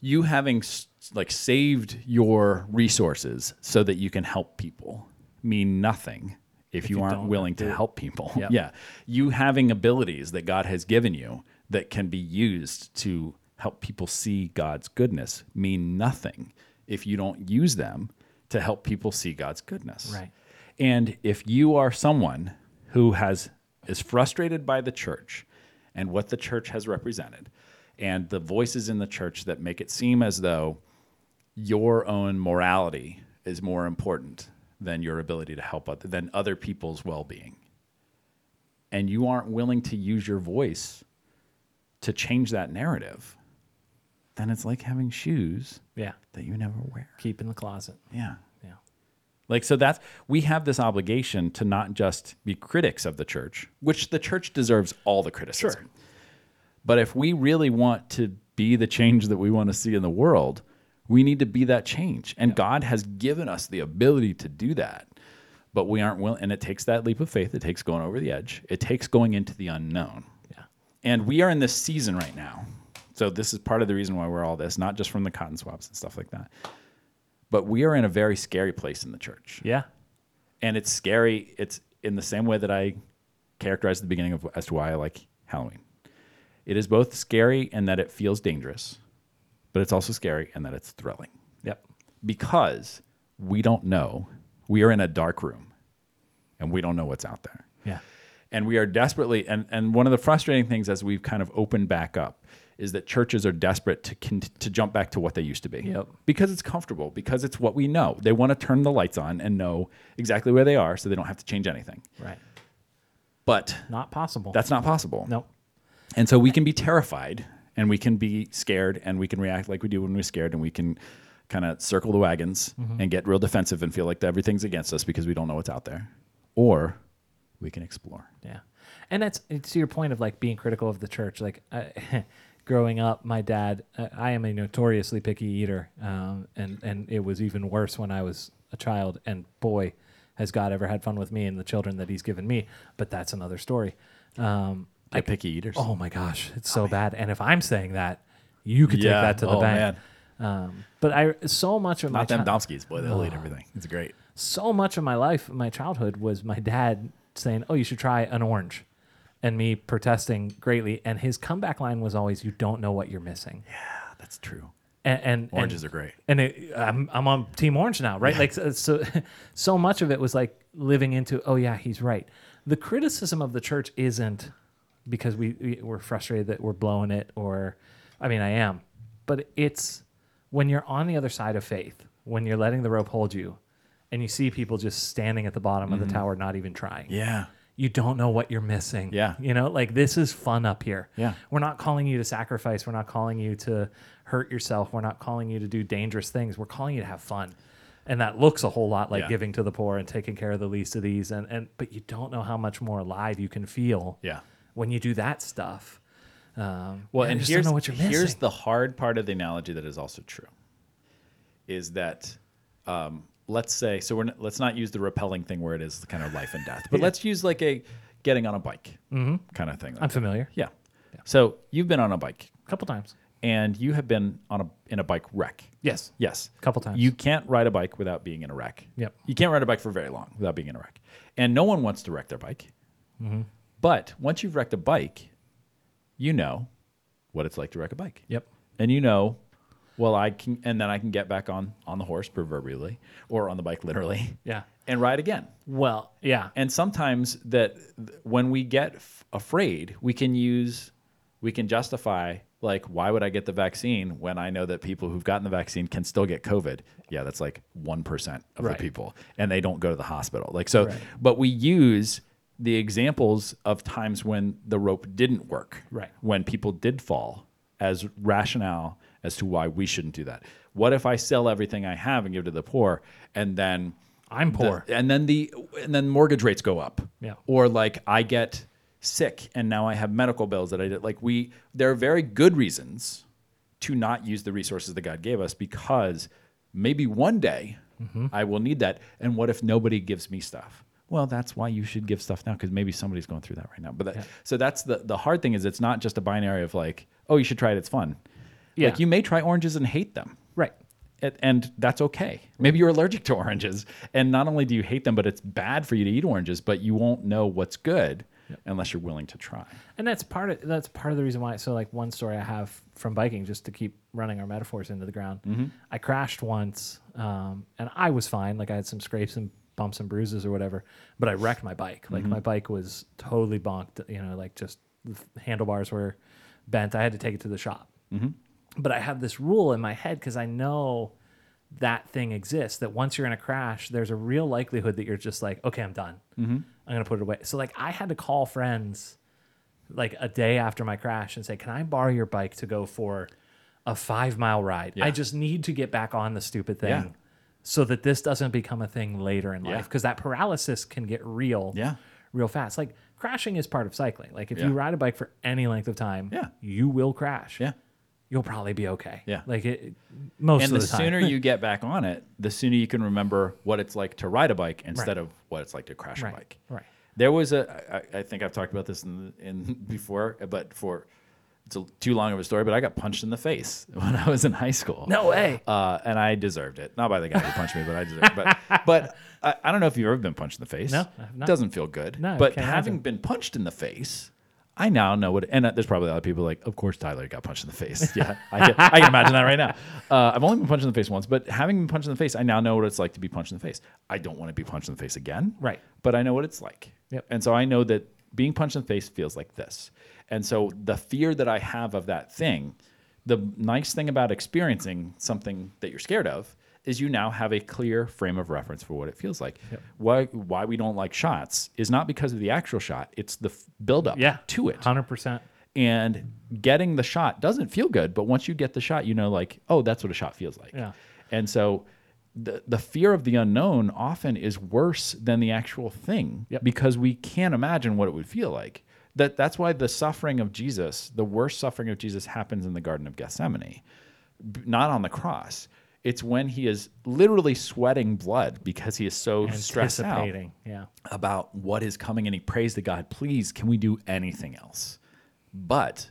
Speaker 1: you having s- like saved your resources so that you can help people mean nothing if, you, aren't
Speaker 2: don't
Speaker 1: willing to help people.
Speaker 2: Yep.
Speaker 1: Yeah. You having abilities that God has given you that can be used to help people see God's goodness mean nothing if you don't use them to help people see God's goodness.
Speaker 2: Right.
Speaker 1: And if you are someone who has is frustrated by the church and what the church has represented and the voices in the church that make it seem as though your own morality is more important than your ability to help other, than other people's well-being and you aren't willing to use your voice to change that narrative then it's like having shoes
Speaker 2: Yeah.
Speaker 1: that you never wear
Speaker 2: Keep in the closet.
Speaker 1: yeah
Speaker 2: Yeah.
Speaker 1: like so that's we have this obligation to not just be critics of the church, which the church deserves all the criticism. But if we really want to be the change that we want to see in the world, we need to be that change. And God has given us the ability to do that. but we aren't willing. And it takes that leap of faith. It takes going over the edge. It takes going into the unknown. Yeah. And we are in this season right now. So this is part of the reason why we're all this, not just from the cotton swaps and stuff like that. But we are in a very scary place in the church.
Speaker 2: Yeah.
Speaker 1: And it's scary. It's in the same way that I characterized at the beginning of as to why I like Halloween. It is both scary and that it feels dangerous, but it's also scary and that it's thrilling
Speaker 2: Yep.
Speaker 1: because we don't know. We are in a dark room and we don't know what's out there.
Speaker 2: Yeah.
Speaker 1: And we are desperately, and, and one of the frustrating things as we've kind of opened back up is that churches are desperate to, con- to jump back to what they used to be.
Speaker 2: Yep.
Speaker 1: Because it's comfortable, because it's what we know. They want to turn the lights on and know exactly where they are so they don't have to change anything.
Speaker 2: Right.
Speaker 1: But
Speaker 2: Not possible.
Speaker 1: that's not possible.
Speaker 2: nope.
Speaker 1: And so we can be terrified and we can be scared and we can react like we do when we're scared and we can kind of circle the wagons and get real defensive and feel like everything's against us because we don't know what's out there. Or we can explore.
Speaker 2: Yeah, and that's it's to your point of like being critical of the church. Like I, growing up, my dad, I, I am a notoriously picky eater, um, and and it was even worse when I was a child. And boy, has God ever had fun with me and the children that He's given me. But that's another story. Um,
Speaker 1: They're picky eaters.
Speaker 2: oh my gosh, it's so bad. And if I'm saying that, you could take
Speaker 1: Yeah.
Speaker 2: that to the
Speaker 1: Oh,
Speaker 2: bank. Um, but I so much of my
Speaker 1: Not them
Speaker 2: chi-
Speaker 1: Domskis, boy, they'll eat everything. It's great.
Speaker 2: so much of my life, my childhood, was my dad saying, "Oh, you should try an orange," and me protesting greatly. And his comeback line was always, "You don't know what you're missing."
Speaker 1: Yeah, Ah, that's true.
Speaker 2: And, and
Speaker 1: Oranges
Speaker 2: and,
Speaker 1: are great.
Speaker 2: And it, I'm I'm on Team Orange now, right? Like so, so, so much of it was like living into, "Oh yeah, he's right." The criticism of the church isn't because we, we we're frustrated that we're blowing it, or I mean, I am, but it's when you're on the other side of faith, when you're letting the rope hold you, and you see people just standing at the bottom of the tower, not even trying.
Speaker 1: Yeah.
Speaker 2: You don't know what you're missing.
Speaker 1: Yeah.
Speaker 2: You know, like this is fun up here.
Speaker 1: Yeah.
Speaker 2: We're not calling you to sacrifice. We're not calling you to hurt yourself. We're not calling you to do dangerous things. We're calling you to have fun. And that looks a whole lot like
Speaker 1: Yeah.
Speaker 2: giving to the poor and taking care of the least of these. And, and, but you don't know how much more alive you can feel
Speaker 1: Yeah.
Speaker 2: when you do that stuff. Um,
Speaker 1: Well,
Speaker 2: yeah,
Speaker 1: and
Speaker 2: you just
Speaker 1: here's,
Speaker 2: don't know what you're missing.
Speaker 1: here's the hard part of the analogy that is also true is that um, let's say, so we're not, let's not use the repelling thing where it is kind of life and death, but let's use like a getting on a bike kind of thing.
Speaker 2: I'm familiar.
Speaker 1: Mm-hmm. yeah. So you've been on a bike
Speaker 2: A couple times.
Speaker 1: and you have been on a, in a bike wreck.
Speaker 2: Yes.
Speaker 1: Yes.
Speaker 2: Couple times.
Speaker 1: You can't ride a bike without being in a wreck.
Speaker 2: Yep.
Speaker 1: You can't ride a bike for very long without being in a wreck. And no one wants to wreck their bike. But once you've wrecked a bike, you know what it's like to wreck a bike.
Speaker 2: Yep.
Speaker 1: And you know, well, I can, and then I can get back on on the horse proverbially or on the bike literally
Speaker 2: Yeah.
Speaker 1: and ride again.
Speaker 2: Well, yeah.
Speaker 1: And sometimes that th- when we get f- afraid, we can use, we can justify like, why would I get the vaccine when I know that people who've gotten the vaccine can still get COVID? Yeah, that's like 1% of
Speaker 2: Right.
Speaker 1: the people and they don't go to the hospital. Like, so,
Speaker 2: Right.
Speaker 1: but we use the examples of times when the rope didn't work,
Speaker 2: Right.
Speaker 1: When people did fall as rationale as to why we shouldn't do that. What if I sell everything I have and give to the poor and then
Speaker 2: I'm poor.
Speaker 1: the- and then the and then mortgage rates go up.
Speaker 2: Yeah.
Speaker 1: Or like I get sick and now I have medical bills that I did. Like we there are very good reasons to not use the resources that God gave us because maybe one day
Speaker 2: Mm-hmm.
Speaker 1: I will need that. And what if nobody gives me stuff? Well, that's why you should give stuff now because maybe somebody's going through that right now. But that, so that's the the hard thing is it's not just a binary of like, oh, you should try it, it's fun.
Speaker 2: Yeah.
Speaker 1: Like you may try oranges and hate them
Speaker 2: right.
Speaker 1: it, and that's okay. Maybe you're allergic to oranges, and not only do you hate them, but it's bad for you to eat oranges. But you won't know what's good unless you're willing to try.
Speaker 2: and that's part of that's part of the reason why so like one story i have from biking just to keep running our metaphors into the ground i crashed once um, and i was fine like i had some scrapes and bumps and bruises or whatever but i wrecked my bike like my bike was totally bonked you know like just the handlebars were bent i had to take it to the shop but I have this rule in my head because I know that thing exists. That once you're in a crash, there's a real likelihood that you're just like, okay, I'm done.
Speaker 1: Mm-hmm.
Speaker 2: I'm gonna put it away. So like, I had to call friends like a day after my crash and say, can I borrow your bike to go for a five mile ride? I just need to get back on the stupid thing.
Speaker 1: Yeah.
Speaker 2: So that this doesn't become a thing later in
Speaker 1: Yeah.
Speaker 2: life, because that paralysis can get real,
Speaker 1: Yeah.
Speaker 2: real fast. Like crashing is part of cycling. Like if
Speaker 1: Yeah.
Speaker 2: you ride a bike for any length of time,
Speaker 1: Yeah.
Speaker 2: you will crash
Speaker 1: Yeah.
Speaker 2: you'll probably be okay.
Speaker 1: Yeah.
Speaker 2: Like it, it- most
Speaker 1: and
Speaker 2: of
Speaker 1: the
Speaker 2: the, time.
Speaker 1: sooner you get back on it, the sooner you can remember what it's like to ride a bike instead of what it's like to crash
Speaker 2: right.
Speaker 1: a bike.
Speaker 2: Right.
Speaker 1: There was a, I, I think I've talked about this in, in before, but for it's a, too long of a story. But I got punched in the face when I was in high school.
Speaker 2: No way.
Speaker 1: uh, and I deserved it. Not by the guy who punched me, but I deserved it. But, but I, I don't know if you've ever been punched in the face.
Speaker 2: No, I have not.
Speaker 1: Doesn't feel good.
Speaker 2: No, I
Speaker 1: but
Speaker 2: can't
Speaker 1: having been punched in the face, I now know what. And uh, there's probably a lot of people like, of course Tyler got punched in the face. Yeah, I can, I can imagine that right now. Uh, I've only been punched in the face once, but having been punched in the face, I now know what it's like to be punched in the face. I don't want to be punched in the face again.
Speaker 2: Right.
Speaker 1: But I know what it's like.
Speaker 2: Yep.
Speaker 1: And so I know that being punched in the face feels like this. And so the fear that I have of that thing, the nice thing about experiencing something that you're scared of is you now have a clear frame of reference for what it feels like. Why why we don't like shots is not because of the actual shot, it's the f- buildup
Speaker 2: Yeah.
Speaker 1: to it.
Speaker 2: Hundred percent.
Speaker 1: And getting the shot doesn't feel good, but once you get the shot, you know like, oh, that's what a shot feels like.
Speaker 2: Yeah.
Speaker 1: And so the, the fear of the unknown often is worse than the actual thing because we can't imagine what it would feel like. That, that's why the suffering of Jesus, the worst suffering of Jesus, happens in the Garden of Gethsemane, b- not on the cross. It's when he is literally sweating blood because he is so stressed out
Speaker 2: Anticipating. Yeah.
Speaker 1: about what is coming and he prays to God, please, can we do anything else? But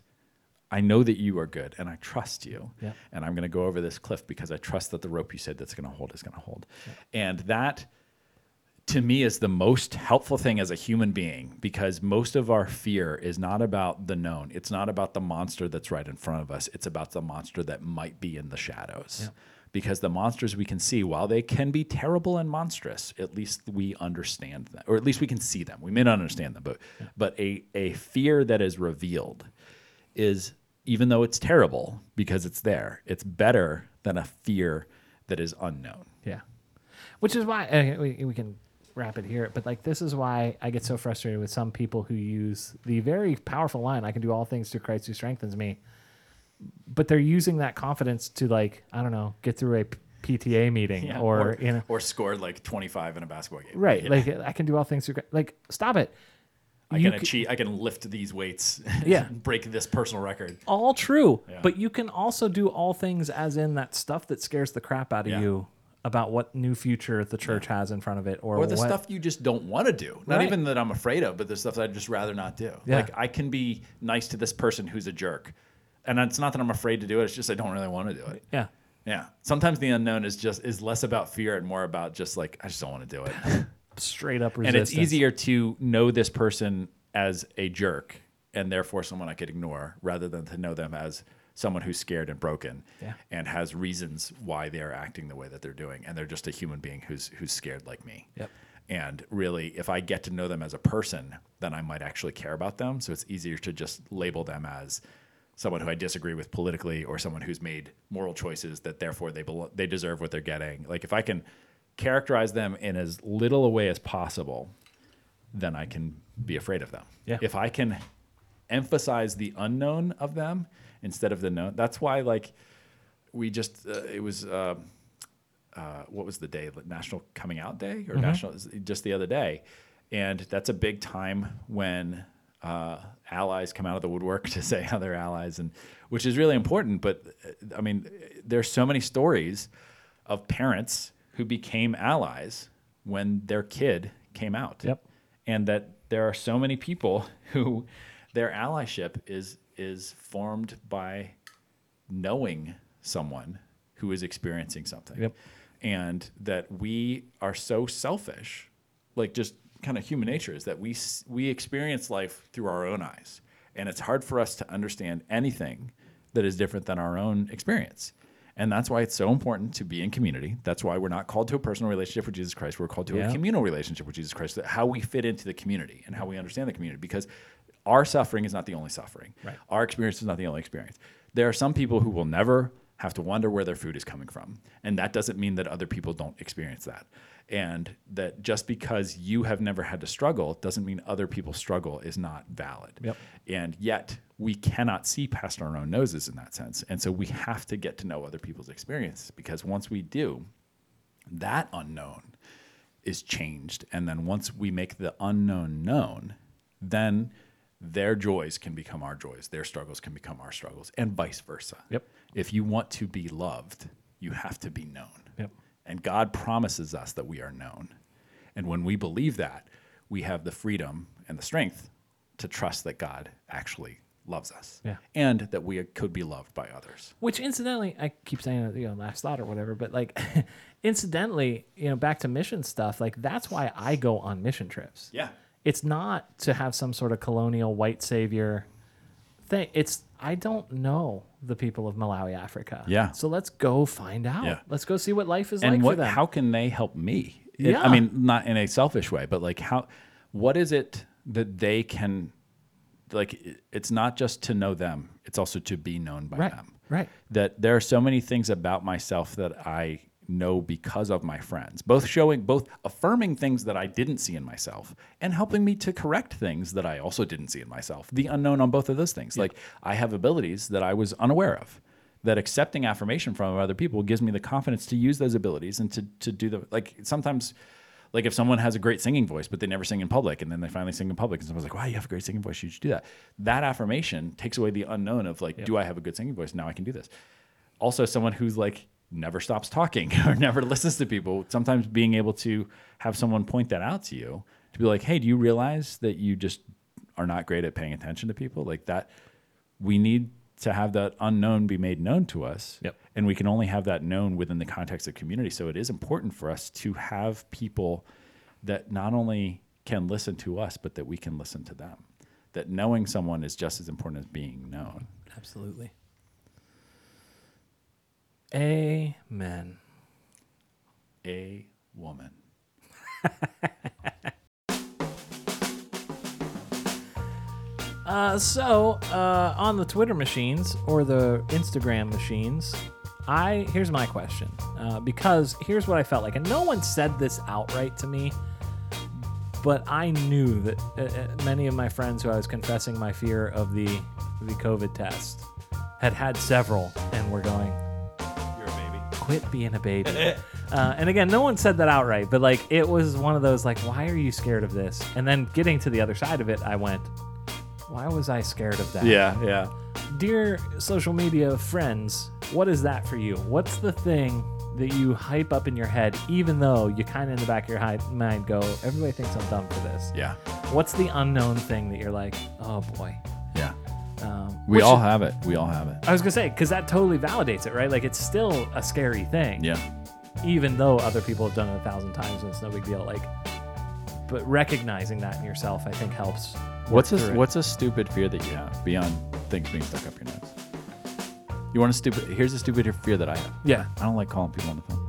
Speaker 1: I know that you are good and I trust you.
Speaker 2: Yeah.
Speaker 1: And I'm going to go over this cliff because I trust that the rope you said that's going to hold is going to hold. And that to me is the most helpful thing as a human being because most of our fear is not about the known. It's not about the monster that's right in front of us. It's about the monster that might be in the shadows. Because the monsters we can see, while they can be terrible and monstrous, at least we understand them, or at least we can see them. We may not understand them, but but a, a fear that is revealed is even though it's terrible because it's there, it's better than a fear that is unknown.
Speaker 2: Yeah. Which is why uh, we, we can wrap it here. But like, this is why I get so frustrated with some people who use the very powerful line, I can do all things through Christ who strengthens me. But they're using that confidence to like, I don't know, get through a p- PTA meeting or, you know,
Speaker 1: or scored like 25 in a basketball game.
Speaker 2: right.
Speaker 1: Yeah.
Speaker 2: Like I can do all things through, Christ- like, stop it.
Speaker 1: I
Speaker 2: You
Speaker 1: can
Speaker 2: c-
Speaker 1: achieve. I can lift these weights.
Speaker 2: Yeah.
Speaker 1: and break this personal record.
Speaker 2: all true. But you can also do all things as in that stuff that scares the crap out of
Speaker 1: Yeah.
Speaker 2: you about what new future the church has in front of it or,
Speaker 1: Or the
Speaker 2: what,
Speaker 1: stuff you just don't want to do. Not
Speaker 2: Right.
Speaker 1: even that I'm afraid of, but the stuff that I'd just rather not do.
Speaker 2: Yeah.
Speaker 1: Like I can be nice to this person who's a jerk, and it's not that I'm afraid to do it. It's just I don't really want to do it.
Speaker 2: Yeah.
Speaker 1: Yeah. Sometimes the unknown is just is less about fear and more about just like I just don't want to do it.
Speaker 2: Straight up
Speaker 1: and
Speaker 2: resistance.
Speaker 1: it's easier to know this person as a jerk and therefore someone I could ignore rather than to know them as someone who's scared and broken
Speaker 2: Yeah.
Speaker 1: and has reasons why they are acting the way that they're doing and they're just a human being who's who's scared like me.
Speaker 2: Yep.
Speaker 1: And really if I get to know them as a person, then I might actually care about them, so it's easier to just label them as someone who I disagree with politically or someone who's made moral choices that therefore they belo- they deserve what they're getting. Like if I can characterize them in as little a way as possible, then I can be afraid of them.
Speaker 2: Yeah.
Speaker 1: If I can emphasize the unknown of them instead of the known, that's why like we just uh, it was uh, uh, what was the day National Coming Out Day or National just the other day, and that's a big time when uh, allies come out of the woodwork to say how they're allies and which is really important. But uh, I mean, there's so many stories of parents who became allies when their kid came out
Speaker 2: Yep.
Speaker 1: and that there are so many people who their allyship is is formed by knowing someone who is experiencing something
Speaker 2: Yep.
Speaker 1: and that we are so selfish like just kind of human nature is that we s- we experience life through our own eyes and it's hard for us to understand anything that is different than our own experience and that's why it's so important to be in community that's why we're not called to a personal relationship with jesus christ we're called to
Speaker 2: Yeah.
Speaker 1: a communal relationship with jesus christ that how we fit into the community and how we understand the community because our suffering is not the only suffering
Speaker 2: Right.
Speaker 1: our experience is not the only experience. There are some people who will never have to wonder where their food is coming from. And that doesn't mean that other people don't experience that. And that just because you have never had to struggle doesn't mean other people's struggle is not valid.
Speaker 2: Yep.
Speaker 1: And yet we cannot see past our own noses in that sense. And so we have to get to know other people's experiences because once we do, that unknown is changed. And then once we make the unknown known, then their joys can become our joys, their struggles can become our struggles, and vice versa.
Speaker 2: Yep.
Speaker 1: If you want to be loved, you have to be known.
Speaker 2: Yep.
Speaker 1: And God promises us that we are known. And when we believe that, we have the freedom and the strength to trust that God actually loves us
Speaker 2: Yeah.
Speaker 1: and that we could be loved by others.
Speaker 2: Which incidentally, I keep saying that, you know, last thought or whatever, but like incidentally, you know, back to mission stuff, like that's why I go on mission trips.
Speaker 1: Yeah.
Speaker 2: It's not to have some sort of colonial white savior thing. It's I don't know the people of Malawi, Africa.
Speaker 1: Yeah.
Speaker 2: So let's go find out.
Speaker 1: Yeah.
Speaker 2: Let's go see what life is
Speaker 1: and
Speaker 2: like
Speaker 1: what
Speaker 2: for them.
Speaker 1: how can they help me It-
Speaker 2: Yeah.
Speaker 1: i mean not in a selfish way but like how what is it that they can like it- it's not just to know them it's also to be known by
Speaker 2: right.
Speaker 1: them
Speaker 2: Right.
Speaker 1: that there are so many things about myself that i know because of my friends both showing both affirming things that i didn't see in myself and helping me to correct things that i also didn't see in myself the unknown on both of those things like i have abilities that i was unaware of that accepting affirmation from other people gives me the confidence to use those abilities and to to do the like sometimes like if someone has a great singing voice but they never sing in public and then they finally sing in public and someone's like wow you have a great singing voice you should do that that affirmation takes away the unknown of like do i have a good singing voice now i can do this also someone who's like never stops talking or never listens to people sometimes being able to have someone point that out to you to be like hey do you realize that you just are not great at paying attention to people like that we need to have that unknown be made known to us
Speaker 2: Yep.
Speaker 1: and we can only have that known within the context of community so it is important for us to have people that not only can listen to us but that we can listen to them that knowing someone is just as important as being known
Speaker 2: Absolutely. Amen.
Speaker 1: a woman
Speaker 2: Uh, so uh, on the Twitter machines or the Instagram machines, I here's my question uh, because here's what I felt like, and no one said this outright to me, but I knew that uh, uh, many of my friends who I was confessing my fear of the the COVID test had had several and were going,
Speaker 1: you're a baby
Speaker 2: quit being a baby. uh, and again, no one said that outright, but like it was one of those like, why are you scared of this? And then getting to the other side of it, I went, why was I scared of that?
Speaker 1: yeah yeah
Speaker 2: Dear social media friends, what is that for you? What's the thing that you hype up in your head, even though you kind of in the back of your hi- mind go, everybody thinks I'm dumb for this?
Speaker 1: yeah
Speaker 2: What's the unknown thing that you're like, oh boy?
Speaker 1: yeah
Speaker 2: Um,
Speaker 1: we
Speaker 2: which-
Speaker 1: all have it we all have it
Speaker 2: I was gonna say, because that totally validates it, right? Like it's still a scary thing.
Speaker 1: yeah
Speaker 2: even though other people have done it a thousand times and it's no big deal. Like, but recognizing that in yourself, I think helps. work
Speaker 1: what's a
Speaker 2: through it.
Speaker 1: what's a stupid fear that you have beyond things being stuck up your nose you want a stupid here's a stupid fear that i have
Speaker 2: Yeah,
Speaker 1: i don't like calling people on the phone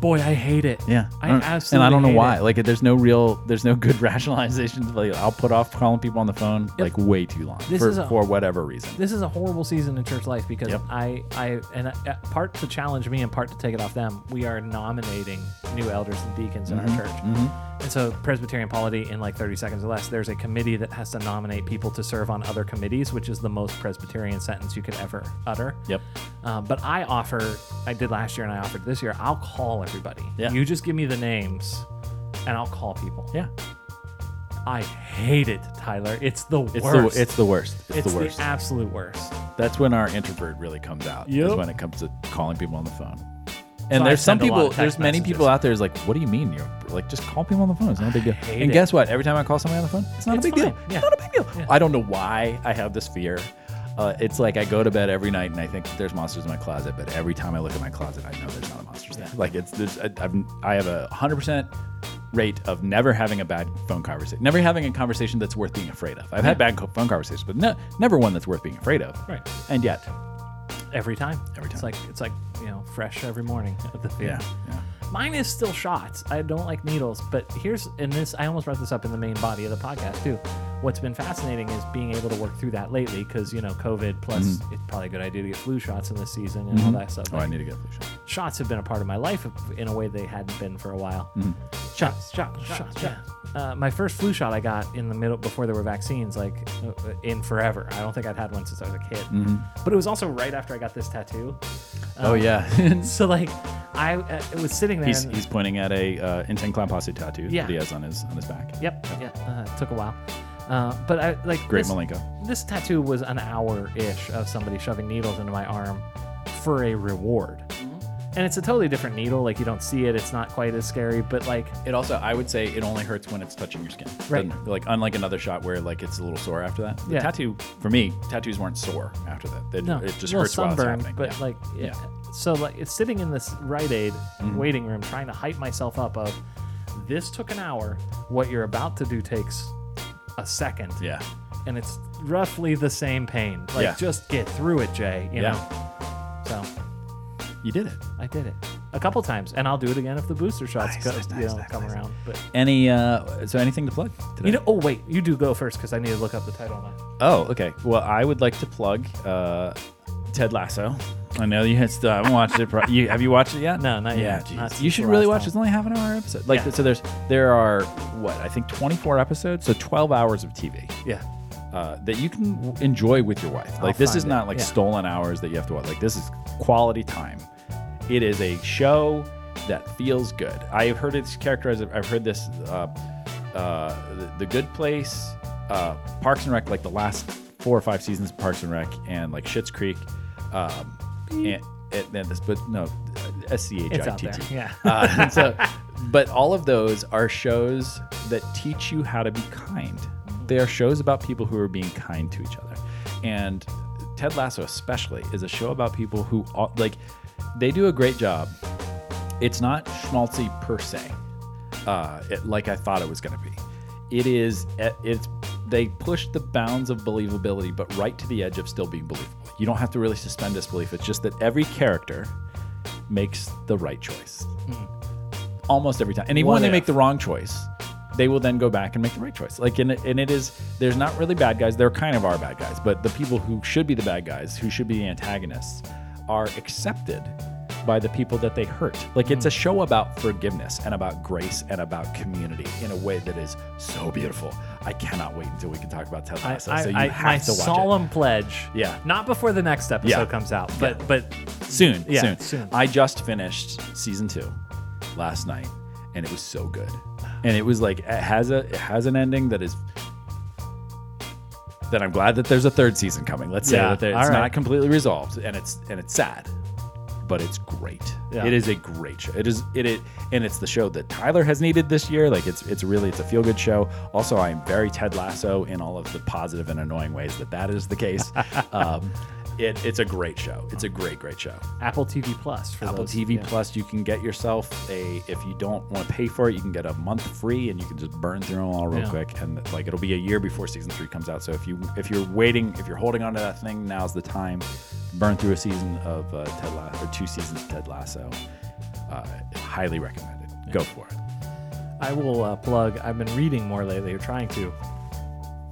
Speaker 2: boy, I hate it.
Speaker 1: Yeah,
Speaker 2: I,
Speaker 1: don't-
Speaker 2: absolutely.
Speaker 1: and I don't know
Speaker 2: hate
Speaker 1: why.
Speaker 2: it.
Speaker 1: Like, there's no real, there's no good rationalization. Like, I'll put off calling people on the phone like way too long
Speaker 2: This
Speaker 1: for,
Speaker 2: is a-
Speaker 1: for whatever reason.
Speaker 2: This is a horrible season in church life because
Speaker 1: Yep.
Speaker 2: I, I, and I, uh, part to challenge me and part to take it off them. We are nominating new elders and deacons in our
Speaker 1: Mm-hmm.
Speaker 2: church, and so Presbyterian polity in like 30 seconds or less. There's a committee that has to nominate people to serve on other committees, which is the most Presbyterian sentence you could ever utter.
Speaker 1: Yep.
Speaker 2: Um, but I offer, I did last year and I offered this year, I'll call everybody.
Speaker 1: Yeah.
Speaker 2: You just give me the names and I'll call people.
Speaker 1: Yeah,
Speaker 2: I hate it, Tyler. It's the
Speaker 1: it's
Speaker 2: worst.
Speaker 1: the it's the worst. It's,
Speaker 2: It's
Speaker 1: the worst.
Speaker 2: absolute worst.
Speaker 1: That's when our introvert really comes out. Is
Speaker 2: Yep.
Speaker 1: when it comes to calling people on the phone. And
Speaker 2: So I
Speaker 1: there's some
Speaker 2: send a lot
Speaker 1: people.
Speaker 2: of
Speaker 1: There's
Speaker 2: text
Speaker 1: many
Speaker 2: messages.
Speaker 1: people out there is like, what do you mean? You're like, just call people on the phone. It's not a big deal.
Speaker 2: hate
Speaker 1: And
Speaker 2: it.
Speaker 1: guess what? Every time I call somebody on the phone, it's not
Speaker 2: It's
Speaker 1: a big deal.
Speaker 2: fine. Yeah.
Speaker 1: It's not a big deal. I don't know why I have this fear. Uh, it's like I go to bed every night and I think there's monsters in my closet, but every time I look at my closet, I know there's not a monster there. Like it's there's, I, I've, I have a hundred percent rate of never having a bad phone conversation, never having a conversation that's worth being afraid of. I've had bad co- phone conversations, but no, never one that's worth being afraid of.
Speaker 2: Right.
Speaker 1: And yet,
Speaker 2: Every time.
Speaker 1: Every
Speaker 2: It's
Speaker 1: time.
Speaker 2: like it's like, you know, fresh every morning of the fear.
Speaker 1: yeah, yeah.
Speaker 2: Mine is still shots. I don't like needles, but here's and this I almost brought this up in the main body of the podcast too. What's been fascinating is being able to work through that lately because you know COVID plus
Speaker 1: Mm-hmm.
Speaker 2: it's probably a good idea to get flu shots in this season and all that stuff.
Speaker 1: Oh, I need to get a flu shot.
Speaker 2: shots have been a part of my life in a way they hadn't been for a while.
Speaker 1: Mm-hmm.
Speaker 2: Shots, shots, shots, shots. Uh, my first flu shot I got in the middle before there were vaccines, like uh, in forever. I don't think I'd had one since I was a kid.
Speaker 1: Mm-hmm.
Speaker 2: But it was also right after I got this tattoo.
Speaker 1: oh yeah.
Speaker 2: So like, I uh, it was sitting there.
Speaker 1: He's,
Speaker 2: and-
Speaker 1: he's pointing at a uh, Intent Clown Posse tattoo
Speaker 2: Yeah.
Speaker 1: that he has on his on his back.
Speaker 2: Yep. Yeah. Uh, uh-huh, it took a while. Uh, but I like
Speaker 1: Great
Speaker 2: this,
Speaker 1: Malenko.
Speaker 2: This tattoo was an hour ish of somebody shoving needles into my arm for a reward. And it's a totally different needle. Like you don't see it. It's not quite as scary. But like
Speaker 1: It also, I would say, it only hurts when it's touching your skin.
Speaker 2: Right.
Speaker 1: Doesn't- Like unlike another shot where like it's a little sore after that. The
Speaker 2: Yeah.
Speaker 1: tattoo for me, tattoos weren't sore after that. They-
Speaker 2: no,
Speaker 1: It just
Speaker 2: little
Speaker 1: hurts while
Speaker 2: sunburn,
Speaker 1: it's happening.
Speaker 2: But
Speaker 1: Yeah. Mm-hmm.
Speaker 2: like yeah. So like it's sitting in this Rite Aid waiting room, trying to hype myself up. Of this took an hour. What you're about to do takes a second.
Speaker 1: yeah,
Speaker 2: and it's roughly the same pain. Like,
Speaker 1: Yeah.
Speaker 2: just get through it, Jay. You
Speaker 1: Yeah.
Speaker 2: know. So
Speaker 1: you did it.
Speaker 2: I did it a couple times, and I'll do it again if the booster shots
Speaker 1: Nice,
Speaker 2: go,
Speaker 1: nice,
Speaker 2: you
Speaker 1: nice,
Speaker 2: know,
Speaker 1: nice,
Speaker 2: come
Speaker 1: nice.
Speaker 2: around. But
Speaker 1: Any uh, so anything to plug? Today?
Speaker 2: you know, oh wait, you do go first because I need to look up the title. Now.
Speaker 1: Oh, okay. Well, I would like to plug uh, Ted Lasso. I know you had still haven't watched it. Pro- you, have you watched it yet?
Speaker 2: No, not
Speaker 1: yeah,
Speaker 2: yet.
Speaker 1: geez.
Speaker 2: Not since
Speaker 1: you should
Speaker 2: the
Speaker 1: really
Speaker 2: last
Speaker 1: watch.
Speaker 2: time.
Speaker 1: it. It's only a half an hour episode. Like
Speaker 2: Yeah.
Speaker 1: so, there's there are what I think 24 episodes, so 12 hours of TV
Speaker 2: Yeah,
Speaker 1: uh, that you can w- enjoy with your wife. Like this
Speaker 2: find
Speaker 1: is
Speaker 2: it.
Speaker 1: not like
Speaker 2: Yeah.
Speaker 1: stolen hours that you have to watch. Like this is quality time. It is a show that feels good. I have heard it's characterized. I've heard this. Uh, uh, the, the Good Place, uh, Parks and Rec, like the last four or five seasons of Parks and Rec, and like Schitt's Creek, um, and, and then this, but no, S C H
Speaker 2: it's
Speaker 1: I
Speaker 2: out
Speaker 1: T
Speaker 2: there.
Speaker 1: T.
Speaker 2: Yeah,
Speaker 1: Uh, and so, but all of those are shows that teach you how to be kind. They are shows about people who are being kind to each other. And Ted Lasso, especially, is a show about people who, are- like, they do a great job. It's not schmaltzy per se, uh, it, like I thought it was going to be. It is, it- it's, they push the bounds of believability, but right to the edge of still being believable. You don't have to really suspend disbelief. It's just that every character makes the right choice almost every time. And even
Speaker 2: Hmm. What
Speaker 1: when they
Speaker 2: if?
Speaker 1: make the wrong choice, they will then go back and make the right choice. Like, and, it- and it is, there's not really bad guys. There kind of are bad guys, but the people who should be the bad guys, who should be the antagonists, are accepted by the people that they hurt. Like, it's
Speaker 2: Hmm.
Speaker 1: a show about forgiveness and about grace and about community in a way that is so beautiful. I cannot wait until we can talk about Ted
Speaker 2: I,
Speaker 1: Lasso.
Speaker 2: I,
Speaker 1: so you
Speaker 2: I,
Speaker 1: have
Speaker 2: my
Speaker 1: to watch it.
Speaker 2: solemn pledge.
Speaker 1: Yeah.
Speaker 2: not before the next episode
Speaker 1: Yeah.
Speaker 2: comes out, but but
Speaker 1: soon,
Speaker 2: Yeah,
Speaker 1: soon.
Speaker 2: soon.
Speaker 1: I just finished season two last night, and it was so good. And it was like it has a it has an ending that is that I'm glad that there's a third season coming. Let's say
Speaker 2: Yeah,
Speaker 1: that there,
Speaker 2: all
Speaker 1: it's
Speaker 2: right.
Speaker 1: not completely resolved, and it's and it's sad, but it's great.
Speaker 2: Yeah.
Speaker 1: It is a great show. It is it, it and it's the show that Tyler has needed this year. Like it's it's really it's a feel good show. Also, I am very Ted Lasso in all of the positive and annoying ways that that is the case. um, it, it's a great show. It's a great great show.
Speaker 2: Apple TV Plus for
Speaker 1: Apple
Speaker 2: those-
Speaker 1: TV
Speaker 2: yeah.
Speaker 1: Plus, you can get yourself a. If you don't want to pay for it, you can get a month free, and you can just burn through them all real
Speaker 2: Yeah.
Speaker 1: quick. And like it'll be a year before season three comes out. So if you if you're waiting, if you're holding on to that thing, now's the time. Burn through a season of uh, Ted Lasso or two seasons of Ted Lasso. Uh, highly recommended. Go for it.
Speaker 2: I will uh, plug. I've been reading more lately, or trying to,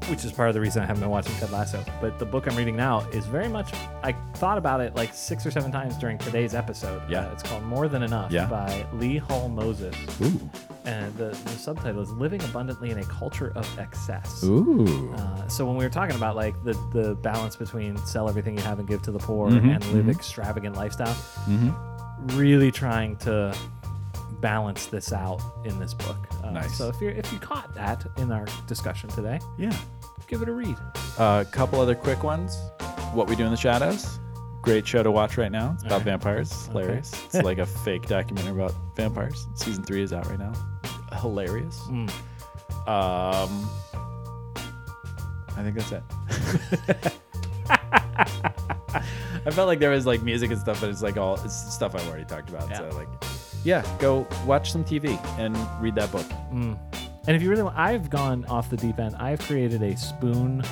Speaker 2: which is part of the reason I haven't been watching Ted Lasso. But the book I'm reading now is very much. I thought about it like six or seven times during today's episode.
Speaker 1: Yeah.
Speaker 2: Uh, it's called More Than Enough
Speaker 1: Yeah.
Speaker 2: by Lee Hall Moses,
Speaker 1: Ooh,
Speaker 2: and the, the subtitle is "Living Abundantly in a Culture of Excess."
Speaker 1: ooh,
Speaker 2: Uh, so when we were talking about like the, the balance between sell everything you have and give to the poor and live extravagant lifestyle, really trying to balance this out in this book. Uh,
Speaker 1: Nice.
Speaker 2: So if you are if you caught that in our discussion today,
Speaker 1: yeah.
Speaker 2: give it a read.
Speaker 1: A couple other quick ones. What we do in the shadows. Great show to watch right now. It's about vampires. It's hilarious. It's like a fake documentary about vampires. Season three is out right now. Hilarious. Um, I think that's it. I felt like there was like music and stuff, but it's like all it's stuff I've already talked about.
Speaker 2: Yeah.
Speaker 1: So like, yeah, go watch some TV and read that book.
Speaker 2: And if you really want, I've gone off the deep end. I've created a spoon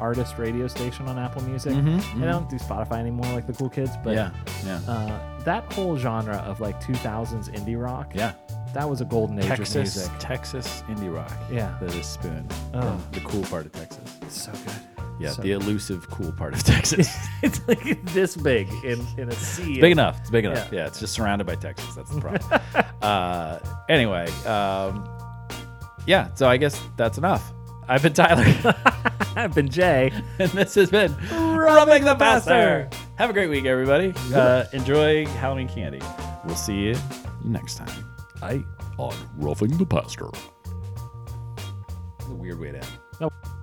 Speaker 2: artist radio station on Apple Music. I don't do Spotify anymore like the cool kids, but
Speaker 1: yeah, yeah,
Speaker 2: uh, that whole genre of like 2000s indie rock,
Speaker 1: yeah.
Speaker 2: that was a golden age of
Speaker 1: Texas,
Speaker 2: music.
Speaker 1: Texas indie rock.
Speaker 2: Yeah.
Speaker 1: that is Spoon.
Speaker 2: Oh.
Speaker 1: The cool part of Texas.
Speaker 2: So good.
Speaker 1: Yeah,
Speaker 2: So
Speaker 1: the
Speaker 2: good.
Speaker 1: elusive cool part of Texas.
Speaker 2: it's like this big in, in a sea.
Speaker 1: big
Speaker 2: of-
Speaker 1: enough. It's big enough.
Speaker 2: Yeah.
Speaker 1: Yeah. it's just surrounded by Texas. That's the problem. uh, anyway, um, yeah. So I guess that's enough. I've been Tyler,
Speaker 2: I've been Jay.
Speaker 1: and this has been rubbing the passer. Have a great week, everybody. Uh, enjoy Halloween candy. We'll see you next time
Speaker 2: I.
Speaker 1: on Roughing the Pastor. It's a weird way to end.